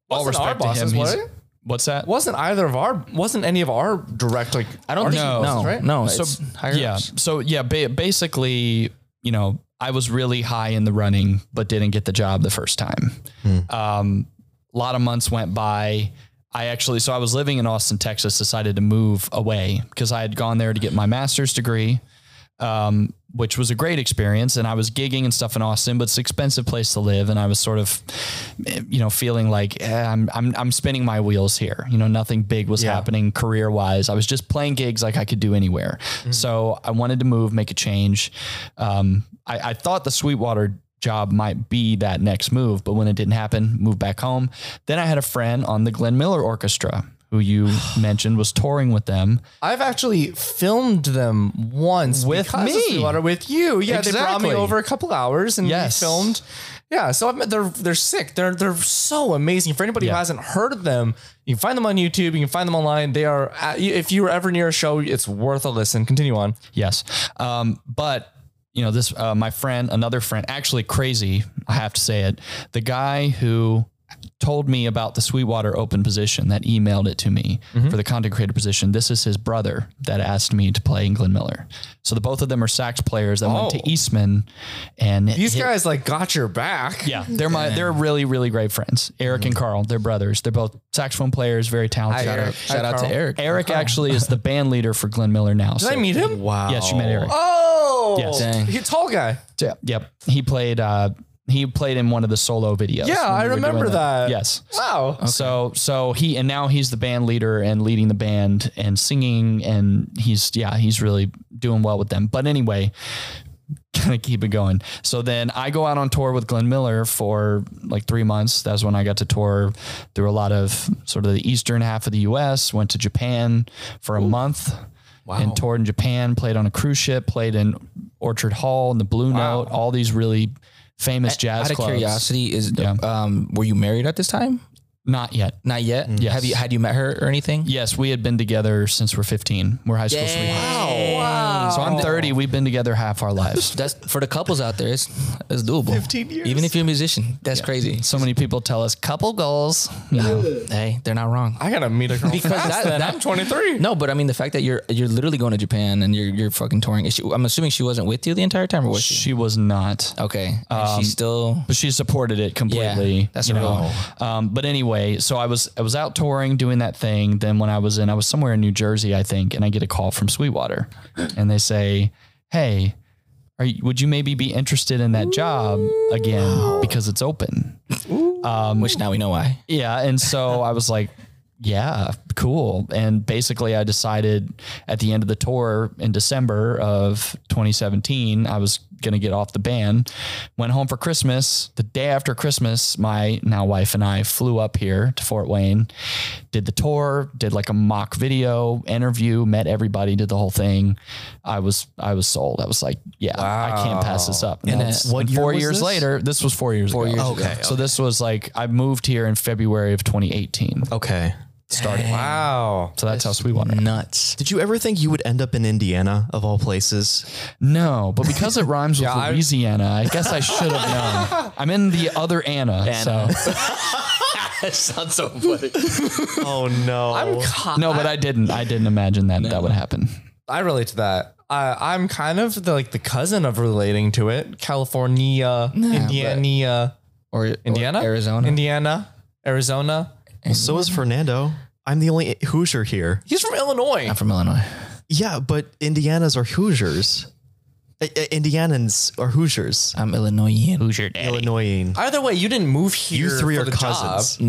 Speaker 4: all
Speaker 1: Wasn't
Speaker 4: respect
Speaker 1: our
Speaker 4: to
Speaker 1: bosses,
Speaker 4: him.
Speaker 1: was
Speaker 4: he's-
Speaker 1: it?
Speaker 4: Wasn't that?
Speaker 1: wasn't either of our wasn't any of our direct like
Speaker 2: I don't think.
Speaker 4: no.
Speaker 2: No,
Speaker 1: Oh. Right?
Speaker 2: no.
Speaker 4: So,
Speaker 2: it's higher
Speaker 4: yeah.
Speaker 2: ups.
Speaker 4: So yeah, ba- basically, you know, I was really high in the running, but didn't get the job the first time. Um, a lot of months went by. I actually, so I was living in Austin, Texas, decided to move away because I had gone there to get my master's degree, um, which was a great experience. And I was gigging and stuff in Austin, but it's an expensive place to live. And I was sort of, eh, you know, feeling like eh, I'm, I'm, I'm spinning my wheels here. You know, nothing big was happening career wise. I was just playing gigs like I could do anywhere. So I wanted to move, make a change. Um, I, I thought the Sweetwater job might be that next move. But when it didn't happen, moved back home. Then I had a friend on the Glenn Miller Orchestra who you mentioned was touring with them.
Speaker 1: I've actually filmed them once
Speaker 4: With
Speaker 1: because of
Speaker 4: me.
Speaker 1: Sweetwater, with you. Yeah, they brought me
Speaker 4: Exactly.
Speaker 1: over a couple hours and
Speaker 4: Yes.
Speaker 1: we filmed. Yeah, so I'm, they're they're sick. They're they're so amazing. For anybody who
Speaker 4: Yeah.
Speaker 1: hasn't heard of them, you can find them on YouTube. You can find them online. They are. At, if you were ever near a show, it's worth a listen. Continue on.
Speaker 4: Yes. Um, but you know, this uh, my friend, another friend, actually crazy. I have to say it. The guy who told me about the Sweetwater open position that emailed it to me
Speaker 1: Mm-hmm.
Speaker 4: for the content creator position. This is his brother that asked me to play in Glenn Miller. So the both of them are sax players that went to Eastman and
Speaker 1: Oh. These
Speaker 4: hit-
Speaker 1: guys like got your back.
Speaker 4: Yeah, they're my they're really really great friends. Eric and Carl, they're brothers. They're both saxophone players, very talented.
Speaker 1: Hi, Eric.
Speaker 4: Eric,
Speaker 2: Shout out to
Speaker 1: Carl.
Speaker 2: Eric.
Speaker 4: actually is the band leader for Glenn Miller now.
Speaker 1: Did I meet him?
Speaker 3: Wow.
Speaker 4: Yes, you met Eric.
Speaker 1: Oh,
Speaker 4: Yes.
Speaker 2: Dang.
Speaker 1: He's a tall guy.
Speaker 4: Yep. Yep. He played uh he played in one of the solo videos.
Speaker 1: Yeah,
Speaker 4: when
Speaker 1: I
Speaker 4: we were
Speaker 1: remember
Speaker 4: doing
Speaker 1: that.
Speaker 4: Yes.
Speaker 1: Wow.
Speaker 4: Oh. So so he and now he's the band leader and leading the band and singing and he's yeah, he's really doing well with them. But anyway, gonna keep it going. So then I go out on tour with Glenn Miller for like three months. That's when I got to tour through a lot of sort of the eastern half of the US, went to Japan for a month. And toured in Japan, played on a cruise ship, played in Orchard Hall and the Blue Note, all these really famous jazz
Speaker 2: Out of
Speaker 4: clubs.
Speaker 2: curiosity, is
Speaker 4: Yeah.
Speaker 2: um, were you married at this time?
Speaker 4: Not yet.
Speaker 2: Not yet.
Speaker 4: Yes.
Speaker 2: Have you had you met her or anything?
Speaker 4: Yes, we had been together since we're 15. We're high school sweethearts.
Speaker 2: Wow.
Speaker 4: So I'm 30. We've been together half our lives.
Speaker 2: That's for the couples out there. It's it's doable. Fifteen years. Even if you're a musician, that's crazy.
Speaker 4: So many people tell us couple goals. You know,
Speaker 2: Hey, they're not wrong.
Speaker 1: I gotta meet a girl
Speaker 2: Because
Speaker 1: because
Speaker 2: that-
Speaker 1: that,
Speaker 2: that-
Speaker 1: I'm 23.
Speaker 2: No, but I mean the fact that you're you're literally going to Japan and you're you're fucking touring. Is she, I'm assuming she wasn't with you the entire time, or was she?
Speaker 4: She was not.
Speaker 2: Okay, And she's still.
Speaker 4: but she supported it completely.
Speaker 2: Yeah, that's
Speaker 4: you know.
Speaker 2: right.
Speaker 4: Um, but anyway, so I was I was out touring doing that thing. Then when I was in, I was somewhere in New Jersey, I think, and I get a call from Sweetwater, and they say, "Hey, are you, would you maybe be interested in that job again because it's open?"
Speaker 2: which now we know why.
Speaker 4: Yeah, and so I was like, yeah, cool. And basically, I decided at the end of the tour in December of 2017, I was going to get off the ban. Went home for Christmas. The day after Christmas, my now wife and I flew up here to Fort Wayne, did the tour, did like a mock video interview, met everybody, did the whole thing. I was I was sold. I was like, yeah, I can't pass this up. And, that's-
Speaker 3: what
Speaker 4: and
Speaker 3: year
Speaker 4: four
Speaker 3: was
Speaker 4: years
Speaker 3: this?
Speaker 4: later, this was four years
Speaker 2: Four
Speaker 4: ago.
Speaker 2: years ago.
Speaker 3: Okay.
Speaker 4: So this was like I moved here in February of 2018.
Speaker 3: Okay.
Speaker 4: Started.
Speaker 1: Wow.
Speaker 4: So that's how Sweetwater.
Speaker 2: Nuts.
Speaker 3: Did you ever think you would end up in Indiana of all places?
Speaker 4: No, but because it rhymes with
Speaker 1: I-
Speaker 4: Louisiana, I, guess I should have known. I'm in the other Anna. So
Speaker 2: That sounds so funny.
Speaker 3: Oh no.
Speaker 4: no, but I didn't. I didn't imagine that that would happen.
Speaker 1: I relate to that. Uh, I'm kind of the, like the cousin of relating to it. California, Indiana,
Speaker 2: Or
Speaker 1: Indiana,
Speaker 2: or Arizona.
Speaker 1: Indiana, Arizona.
Speaker 3: So is Fernando. I'm the only Hoosier here.
Speaker 1: He's from Illinois.
Speaker 2: I'm from Illinois.
Speaker 3: Yeah, but Indianas are Hoosiers. I- I- Indianans are Hoosiers.
Speaker 2: I'm Illinoisian.
Speaker 4: Who's your
Speaker 3: Illinoisian.
Speaker 1: Either way, you didn't move here.
Speaker 3: You three
Speaker 1: for
Speaker 3: are
Speaker 1: the
Speaker 3: cousins.
Speaker 1: Job.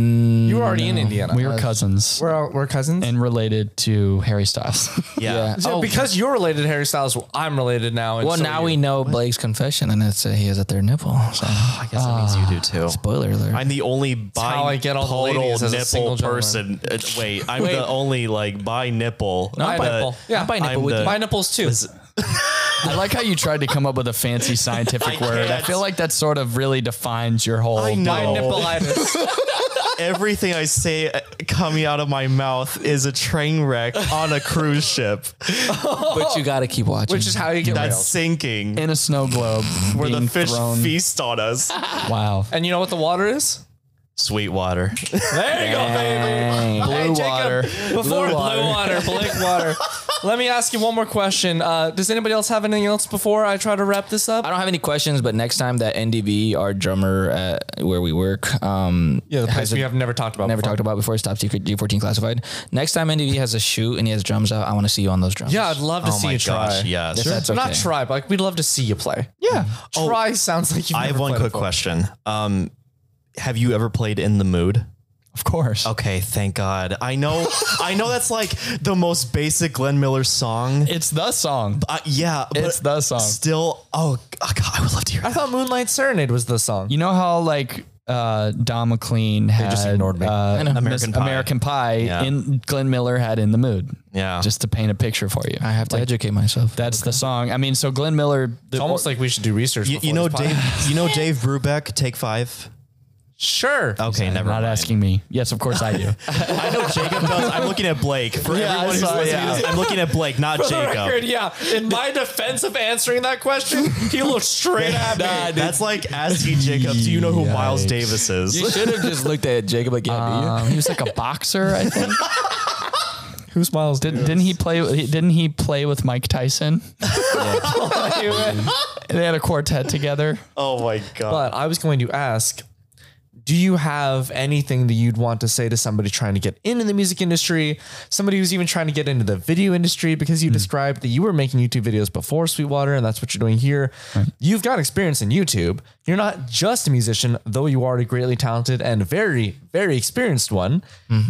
Speaker 1: you were already in Indiana.
Speaker 4: We were cousins
Speaker 1: We're, all- we're cousins.
Speaker 4: and related to Harry Styles.
Speaker 3: Yeah.
Speaker 1: So because you're related to Harry Styles, well, I'm related now. and
Speaker 2: Well,
Speaker 1: so
Speaker 2: now
Speaker 1: are
Speaker 2: we
Speaker 1: you.
Speaker 2: know Blake's confession, and it's uh, he is at their nipple. So.
Speaker 1: Oh,
Speaker 3: I guess that means you do too.
Speaker 2: Spoiler alert.
Speaker 3: I'm the only
Speaker 1: how I get all the
Speaker 3: bipodal
Speaker 1: ladies as a
Speaker 3: nipple
Speaker 1: single gentleman.
Speaker 3: person. Uh, wait, I'm the only like bi nipple.
Speaker 1: Bi nipple. Yeah,
Speaker 2: bi nipple
Speaker 3: I'm
Speaker 2: with
Speaker 3: the-
Speaker 2: you.
Speaker 1: my nipples too.
Speaker 4: I like how you tried to come up with a fancy scientific
Speaker 3: I
Speaker 4: word. I
Speaker 3: can't.
Speaker 4: feel like that sort of really defines your whole.
Speaker 3: I know.
Speaker 1: My nippleitis.
Speaker 3: everything I say uh, coming out of my mouth is a train wreck on a cruise ship
Speaker 2: but you gotta keep watching.
Speaker 1: Which is how you get
Speaker 3: that's
Speaker 1: railed.
Speaker 3: sinking,
Speaker 4: in a snow globe
Speaker 3: where the
Speaker 4: being
Speaker 3: fish
Speaker 4: thrown.
Speaker 3: feast on us.
Speaker 4: Wow.
Speaker 1: And you know what the water is?
Speaker 3: Sweet water.
Speaker 1: There you go, baby. Blue
Speaker 2: water.
Speaker 1: Before blue
Speaker 2: water.
Speaker 1: water, blink water. Let me ask you one more question. Uh, does anybody else have anything else before I try to wrap this up?
Speaker 2: I don't have any questions, but next time that NDB, our drummer at where we work, um,
Speaker 1: Yeah, the place
Speaker 2: has a-
Speaker 1: we have never talked about.
Speaker 2: never
Speaker 1: before.
Speaker 2: talked about before, it's top secret G14 classified. Next time NDB has a shoot and he has drums out, I want to see you on those drums.
Speaker 1: Yeah, I'd love to
Speaker 3: Oh
Speaker 1: see you try.
Speaker 3: yes. Oh,
Speaker 2: If that's okay.
Speaker 1: Not try, but like, we'd love to see you play.
Speaker 2: Yeah.
Speaker 1: Try sounds like you.
Speaker 3: I have one quick question. Um, have you ever played In the Mood?
Speaker 4: Of course.
Speaker 3: Okay, thank God. I know, I know that's like the most basic Glenn Miller song.
Speaker 4: It's the song.
Speaker 3: Uh, yeah, but
Speaker 4: It's the song.
Speaker 3: Still, oh, oh God, I would love to hear.
Speaker 1: I
Speaker 3: That.
Speaker 1: thought Moonlight Serenade was the song.
Speaker 4: You know how like uh, Don McLean had
Speaker 3: just ignored me.
Speaker 4: Uh,
Speaker 3: American
Speaker 4: American
Speaker 3: Pie.
Speaker 4: Pie. American Pie.
Speaker 3: Yeah.
Speaker 4: In Glenn Miller had in the mood.
Speaker 3: Yeah.
Speaker 4: Just to paint a picture for you.
Speaker 2: I have to educate myself.
Speaker 4: That's the song. I mean, so Glenn Miller. The,
Speaker 1: It's almost like we should do research.
Speaker 3: You,
Speaker 1: before
Speaker 3: you know
Speaker 1: this pod-
Speaker 3: Dave. You know Dave Brubeck. Take five.
Speaker 1: Sure.
Speaker 3: Okay, never
Speaker 4: not
Speaker 3: mind.
Speaker 4: asking me. Yes, of course I do.
Speaker 3: I know Jacob does. I'm looking at Blake. For everyone who's
Speaker 4: sorry,
Speaker 3: listening, to
Speaker 4: yeah.
Speaker 3: this, I'm looking at Blake, not
Speaker 1: For the record,
Speaker 3: Jacob.
Speaker 1: yeah. In my defense of answering that question, he looked straight at me.
Speaker 3: That's like asking Jacob, do you know who Miles Davis
Speaker 2: You
Speaker 3: is?
Speaker 2: should have just looked at Jacob like, yeah, do you?
Speaker 4: Um, he was like a boxer, I think.
Speaker 1: Who's Miles?
Speaker 4: Did, Didn't he play? he- Didn't he play with Mike Tyson? They had a quartet together.
Speaker 3: Oh my God.
Speaker 1: But I was going to ask, do you have anything that you'd want to say to somebody trying to get into the music industry, somebody who's even trying to get into the video industry? Because you described that you were making YouTube videos before Sweetwater, and that's what you're doing here. You've got experience in YouTube. You're not just a musician, though you are a greatly talented and very, very experienced one.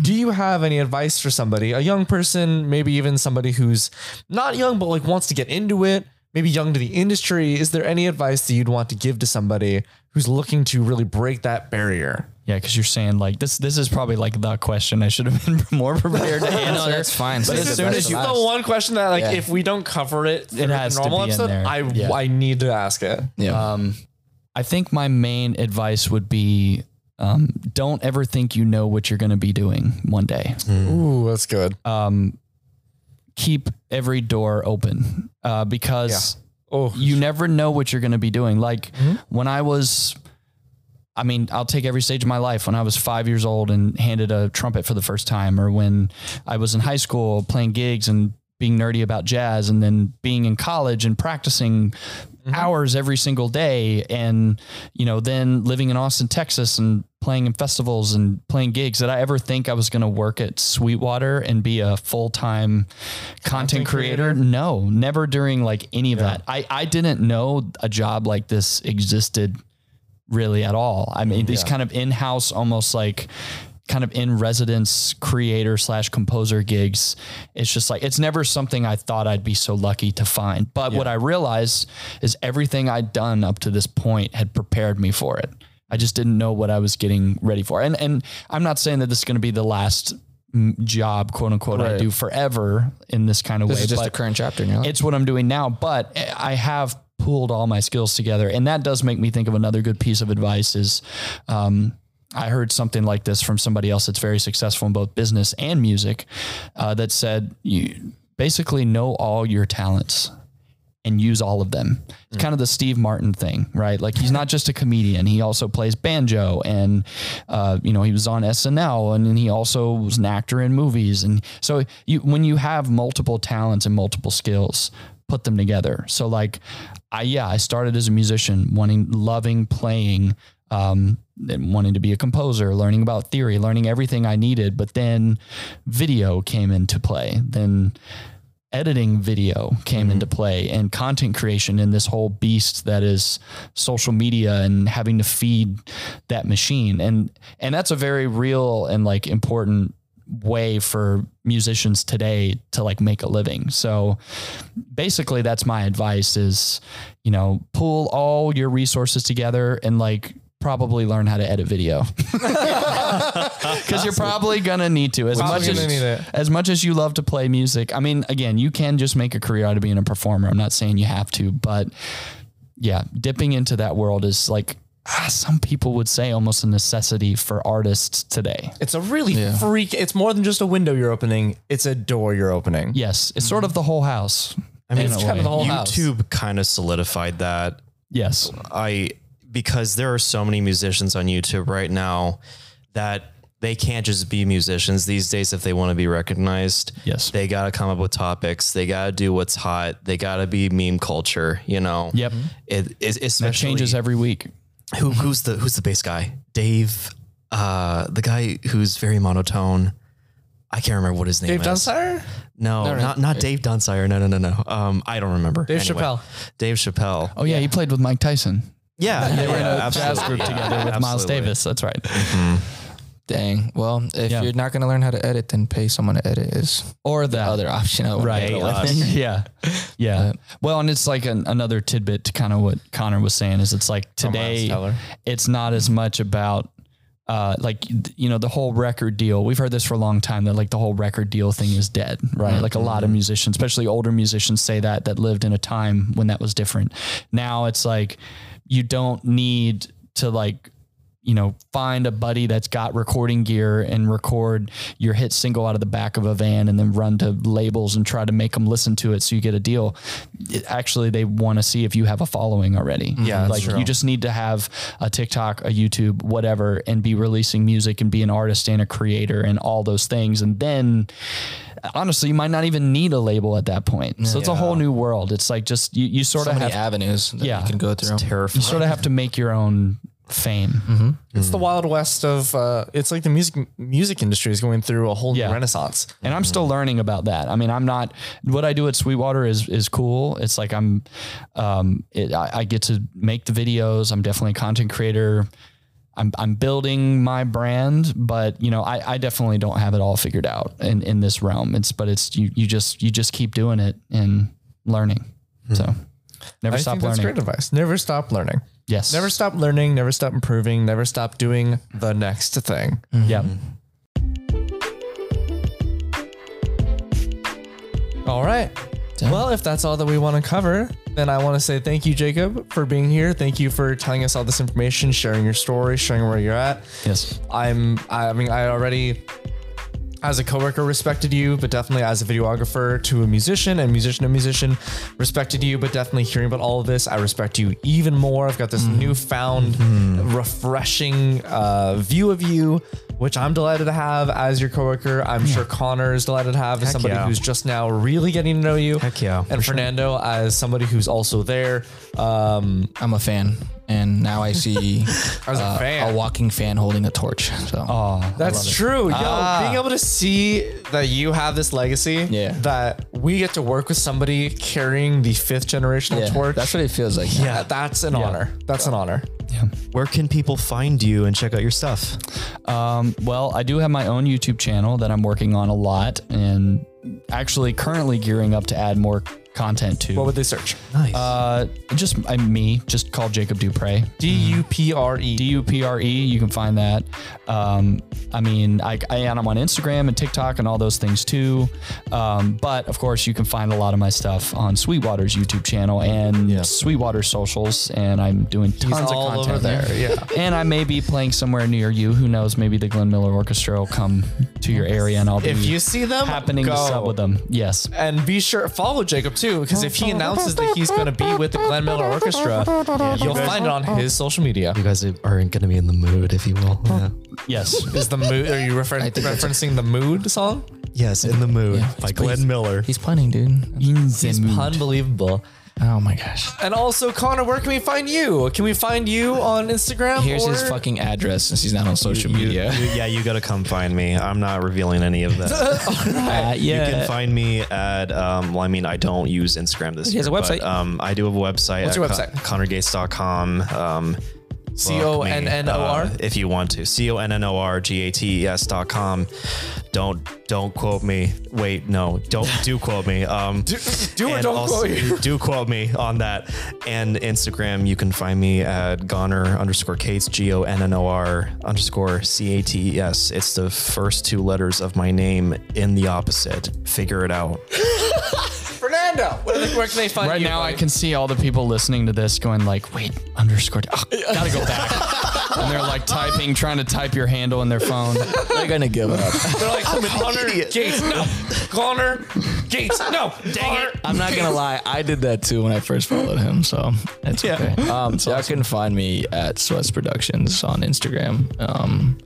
Speaker 1: Do you have any advice for somebody, a young person, maybe even somebody who's not young but like wants to get into it? maybe young to the industry, is there any advice that you'd want to give to somebody who's looking to really break that barrier?
Speaker 4: Yeah, because you're saying like this. This is probably like the question I should have been more prepared to
Speaker 2: Yeah, no,
Speaker 4: answer.
Speaker 2: that's fine.
Speaker 4: But
Speaker 2: Save
Speaker 4: as
Speaker 2: the
Speaker 4: soon
Speaker 2: best
Speaker 4: as
Speaker 2: for
Speaker 4: you,
Speaker 2: last.
Speaker 1: the one question that, like,
Speaker 2: Yeah.
Speaker 1: if we don't cover it, in a
Speaker 4: has to
Speaker 1: normal
Speaker 4: be in
Speaker 1: episode,
Speaker 4: there.
Speaker 1: I
Speaker 4: Yeah.
Speaker 1: I need to ask it.
Speaker 2: Yeah.
Speaker 4: I think my main advice would be. Um, don't ever think you know what you're going to be doing one day.
Speaker 1: Ooh, that's good.
Speaker 4: Uh, Keep every door open uh, because
Speaker 1: oh,
Speaker 4: you never know what you're going to be doing. Like when I was, I mean, I'll take every stage of my life. When I was five years old and handed a trumpet for the first time, or when I was in high school playing gigs and being nerdy about jazz, and then being in college and practicing hours every single day, and you know, then living in Austin, Texas, and playing in festivals and playing gigs. Did I ever think I was going to work at Sweetwater and be a full time content creator? No, never during like any of that. I, I didn't know a job like this existed really at all. I mean, these kind of in house, almost like kind of in residence creator slash composer gigs. It's just like, it's never something I thought I'd be so lucky to find. But what I realized is everything I'd done up to this point had prepared me for it. I just didn't know what I was getting ready for. And, and I'm not saying that this is going to be the last mm, job, quote unquote, I do forever in this kind of way.
Speaker 2: This is just
Speaker 4: but
Speaker 2: the current chapter in your life.
Speaker 4: it's what I'm doing now, but I have pooled all my skills together. And that does make me think of another good piece of advice is, um, I heard something like this from somebody else that's very successful in both business and music, uh, that said, you basically know all your talents and use all of them. It's kind of the Steve Martin thing, right? Like he's not just a comedian; he also plays banjo, and uh, you know he was on SNL, and then he also was an actor in movies. And so, you, when you have multiple talents and multiple skills, put them together. So, like, I yeah, I started as a musician, wanting, loving playing. Um, and wanting to be a composer, learning about theory, learning everything I needed, but then video came into play. Then editing video came into play and content creation in this whole beast that is social media and having to feed that machine and and that's a very real and like important way for musicians today to like make a living. So basically that's my advice is you know pull all your resources together and like probably learn how to edit video because you're probably gonna need to as much
Speaker 1: gonna need
Speaker 4: as,
Speaker 1: it.
Speaker 4: as much as you love to play music i mean again you can just make a career out of being a performer i'm not saying you have to but yeah dipping into that world is like ah, some people would say almost a necessity for artists today.
Speaker 1: It's a really freak. It's more than just a window you're opening. It's a door you're opening.
Speaker 4: Yes, it's sort of the whole house. I mean,
Speaker 2: it's kind of the whole house.
Speaker 3: YouTube kind of solidified that.
Speaker 4: Yes,
Speaker 3: I because there are so many musicians on YouTube right now that they can't just be musicians these days if they want to be recognized.
Speaker 4: Yes.
Speaker 3: They got to come up with topics. They got to do what's hot. They got to be meme culture, you know.
Speaker 4: Yep.
Speaker 3: It, it
Speaker 4: that
Speaker 3: especially
Speaker 4: changes every week.
Speaker 3: who who's the who's the bass guy? Dave uh the guy who's very monotone. I can't remember what his name
Speaker 1: Dave
Speaker 3: is.
Speaker 1: Dunsire?
Speaker 3: No, not not Dave Dunsire. No, no, no, no. Um, I don't remember.
Speaker 1: Dave Chappelle.
Speaker 3: Dave Chappelle.
Speaker 4: Oh yeah, he played with Mike Tyson.
Speaker 3: Yeah,
Speaker 4: They were in a jazz
Speaker 3: absolutely.
Speaker 4: group
Speaker 3: Yeah,
Speaker 4: together with Miles
Speaker 3: absolutely.
Speaker 4: Davis. That's right.
Speaker 2: Dang. Well, if
Speaker 4: Yeah.
Speaker 2: you're not going to learn how to edit, then pay someone to edit is
Speaker 4: Or that
Speaker 2: other option. I would
Speaker 4: Right.
Speaker 2: go with.
Speaker 4: yeah. Yeah. well, and it's like an, another tidbit to kind of what Connor was saying is it's like today
Speaker 1: Teller.
Speaker 4: it's not as much about uh, like you know the whole record deal. We've heard this for a long time that like the whole record deal thing is dead, right? Like a lot of musicians, especially older musicians, say that that lived in a time when that was different. Now it's like you don't need to like you know, find a buddy that's got recording gear and record your hit single out of the back of a van and then run to labels and try to make them listen to it so you get a deal. It- actually, they want to see if you have a following already.
Speaker 1: that's
Speaker 4: Like you just need to have a TikTok, a YouTube, whatever, and be releasing music and be an artist and a creator and all those things. And then honestly, you might not even need a label at that point. So it's a whole new world. It's like just you, you sort
Speaker 2: So
Speaker 4: of
Speaker 2: many
Speaker 4: have,
Speaker 2: avenues that
Speaker 4: Yeah.
Speaker 2: you can go through.
Speaker 4: you sort of have to make your own fame.
Speaker 1: It's
Speaker 4: Mm.
Speaker 1: the wild west of. Uh, it's like the music music industry is going through a whole
Speaker 4: Yeah.
Speaker 1: new renaissance.
Speaker 4: and I'm still learning about that. I mean, I'm not what I do at Sweetwater is is cool. It's like I'm, um, it, I, I get to make the videos. I'm definitely a content creator. I'm I'm building my brand, but you know, I, I definitely don't have it all figured out in in this realm. It's but it's you you just you just keep doing it and learning. So never
Speaker 1: I
Speaker 4: stop
Speaker 1: think that's
Speaker 4: learning.
Speaker 1: great advice. Never stop learning.
Speaker 4: Yes,
Speaker 1: Never stop learning. Never stop improving. Never stop doing the next thing.
Speaker 4: Yeah.
Speaker 1: All right. Well, if that's all that we want to cover, then I want to say thank you, Jacob, for being here. Thank you for telling us all this information, sharing your story, sharing where you're at.
Speaker 4: Yes.
Speaker 1: I'm I mean I already as a coworker respected you, but definitely as a videographer to a musician and musician to musician respected you, but definitely hearing about all of this, I respect you even more. I've got this
Speaker 3: Mm-hmm.
Speaker 1: newfound refreshing uh, view of you, which I'm delighted to have as your coworker. I'm sure Connor is delighted to have as somebody
Speaker 3: yeah.
Speaker 1: who's just now really getting to know you.
Speaker 3: Heck yeah,
Speaker 1: And Fernando as somebody who's also there. Um,
Speaker 2: I'm a fan. And now I see
Speaker 1: As a
Speaker 2: uh,
Speaker 1: fan.
Speaker 2: a walking fan holding a torch. So
Speaker 1: That's true. Yo,
Speaker 4: Ah.
Speaker 1: being able to see that you have this legacy,
Speaker 2: Yeah.
Speaker 1: that we get to work with somebody carrying the fifth generational
Speaker 2: yeah,
Speaker 1: torch.
Speaker 2: that's what it feels like.
Speaker 1: yeah, that's an honor. That's an honor.
Speaker 3: Where can people find you and check out your stuff?
Speaker 4: Um, well, I do have my own YouTube channel that I'm working on a lot and actually currently gearing up to add more content to.
Speaker 1: What would they search?
Speaker 3: Nice.
Speaker 4: uh, just i me, just called Jacob Dupre.
Speaker 1: D U P R E.
Speaker 4: D U P R E. You can find that. Um, I mean, I, I am on Instagram and TikTok and all those things too. Um, but of course, you can find a lot of my stuff on Sweetwater's YouTube channel and Sweetwater socials. And I'm doing tons of
Speaker 1: all
Speaker 4: content
Speaker 1: over there, yeah.
Speaker 4: And I may be playing somewhere near you. Who knows? Maybe the Glenn Miller Orchestra will come to your area, and I'll be
Speaker 1: If you see them,
Speaker 4: happening
Speaker 1: go.
Speaker 4: to sub with them. Yes.
Speaker 1: And be sure follow Jacob too, because if he announces that he's going to be with the Glenn Miller Orchestra, you'll find it on his social media.
Speaker 3: you guys are going to be in the mood, if you will. Yeah.
Speaker 4: Yes.
Speaker 1: Is the mood? Are you refer- referencing the mood song?
Speaker 3: Yes, in the mood by
Speaker 2: he's-
Speaker 3: Glenn Miller.
Speaker 2: He's playing, dude.
Speaker 1: It's unbelievable.
Speaker 2: Oh my gosh.
Speaker 1: And also, Connor, where can we find you? Can we find you on Instagram?
Speaker 2: Here's
Speaker 1: or-
Speaker 2: his fucking address since he's not on social media.
Speaker 3: You- yeah, you got to come find me. I'm not revealing any of that.
Speaker 4: Uh,
Speaker 3: You
Speaker 4: yeah.
Speaker 3: can find me at. Um, well, I mean, I don't use Instagram this
Speaker 2: He
Speaker 3: year.
Speaker 2: has a
Speaker 3: but,
Speaker 2: website.
Speaker 3: um, I do have a website.
Speaker 1: What's
Speaker 3: at
Speaker 1: your
Speaker 3: Con-
Speaker 1: website?
Speaker 3: ConnorGates.com. Um,
Speaker 1: C O N N O R.
Speaker 3: Uh, if you want to. C O N N O R G A T E S dot com. Don't don't quote me. Wait, no, don't do quote me. Um,
Speaker 1: Uh,
Speaker 3: do,
Speaker 1: do or don't quote you.
Speaker 3: Do quote me on that. And Instagram, you can find me at Goner underscore Cates G O N N O R underscore C A T E S. It's the first two letters of my name in the opposite. Figure it out.
Speaker 1: Orlando. Where, they- where can they find
Speaker 4: Right
Speaker 1: you?
Speaker 4: now, I
Speaker 1: buddy?
Speaker 4: can see all the people listening to this going like, "Wait, underscore, oh, gotta go back," and they're like typing, trying to type your handle in their phone.
Speaker 2: They're gonna give up.
Speaker 1: They're like Connor Gates. No, Connor Gates. No, dang it.
Speaker 2: I'm not gonna lie, I did that too when I first followed him, so it's okay. Um, y'all can find me at Sweats Productions on Instagram, um,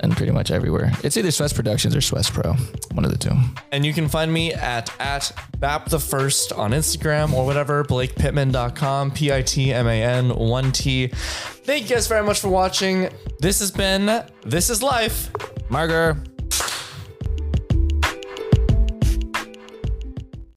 Speaker 2: and pretty much everywhere. It's either Sweats Productions or Sweats Pro, one of the two.
Speaker 1: And you can find me at at Bap the First on Instagram or whatever, BlakePittman.com, P-I-T-M-A-N one T. Thank you guys very much for watching. This has been This Is Life.
Speaker 2: Marger.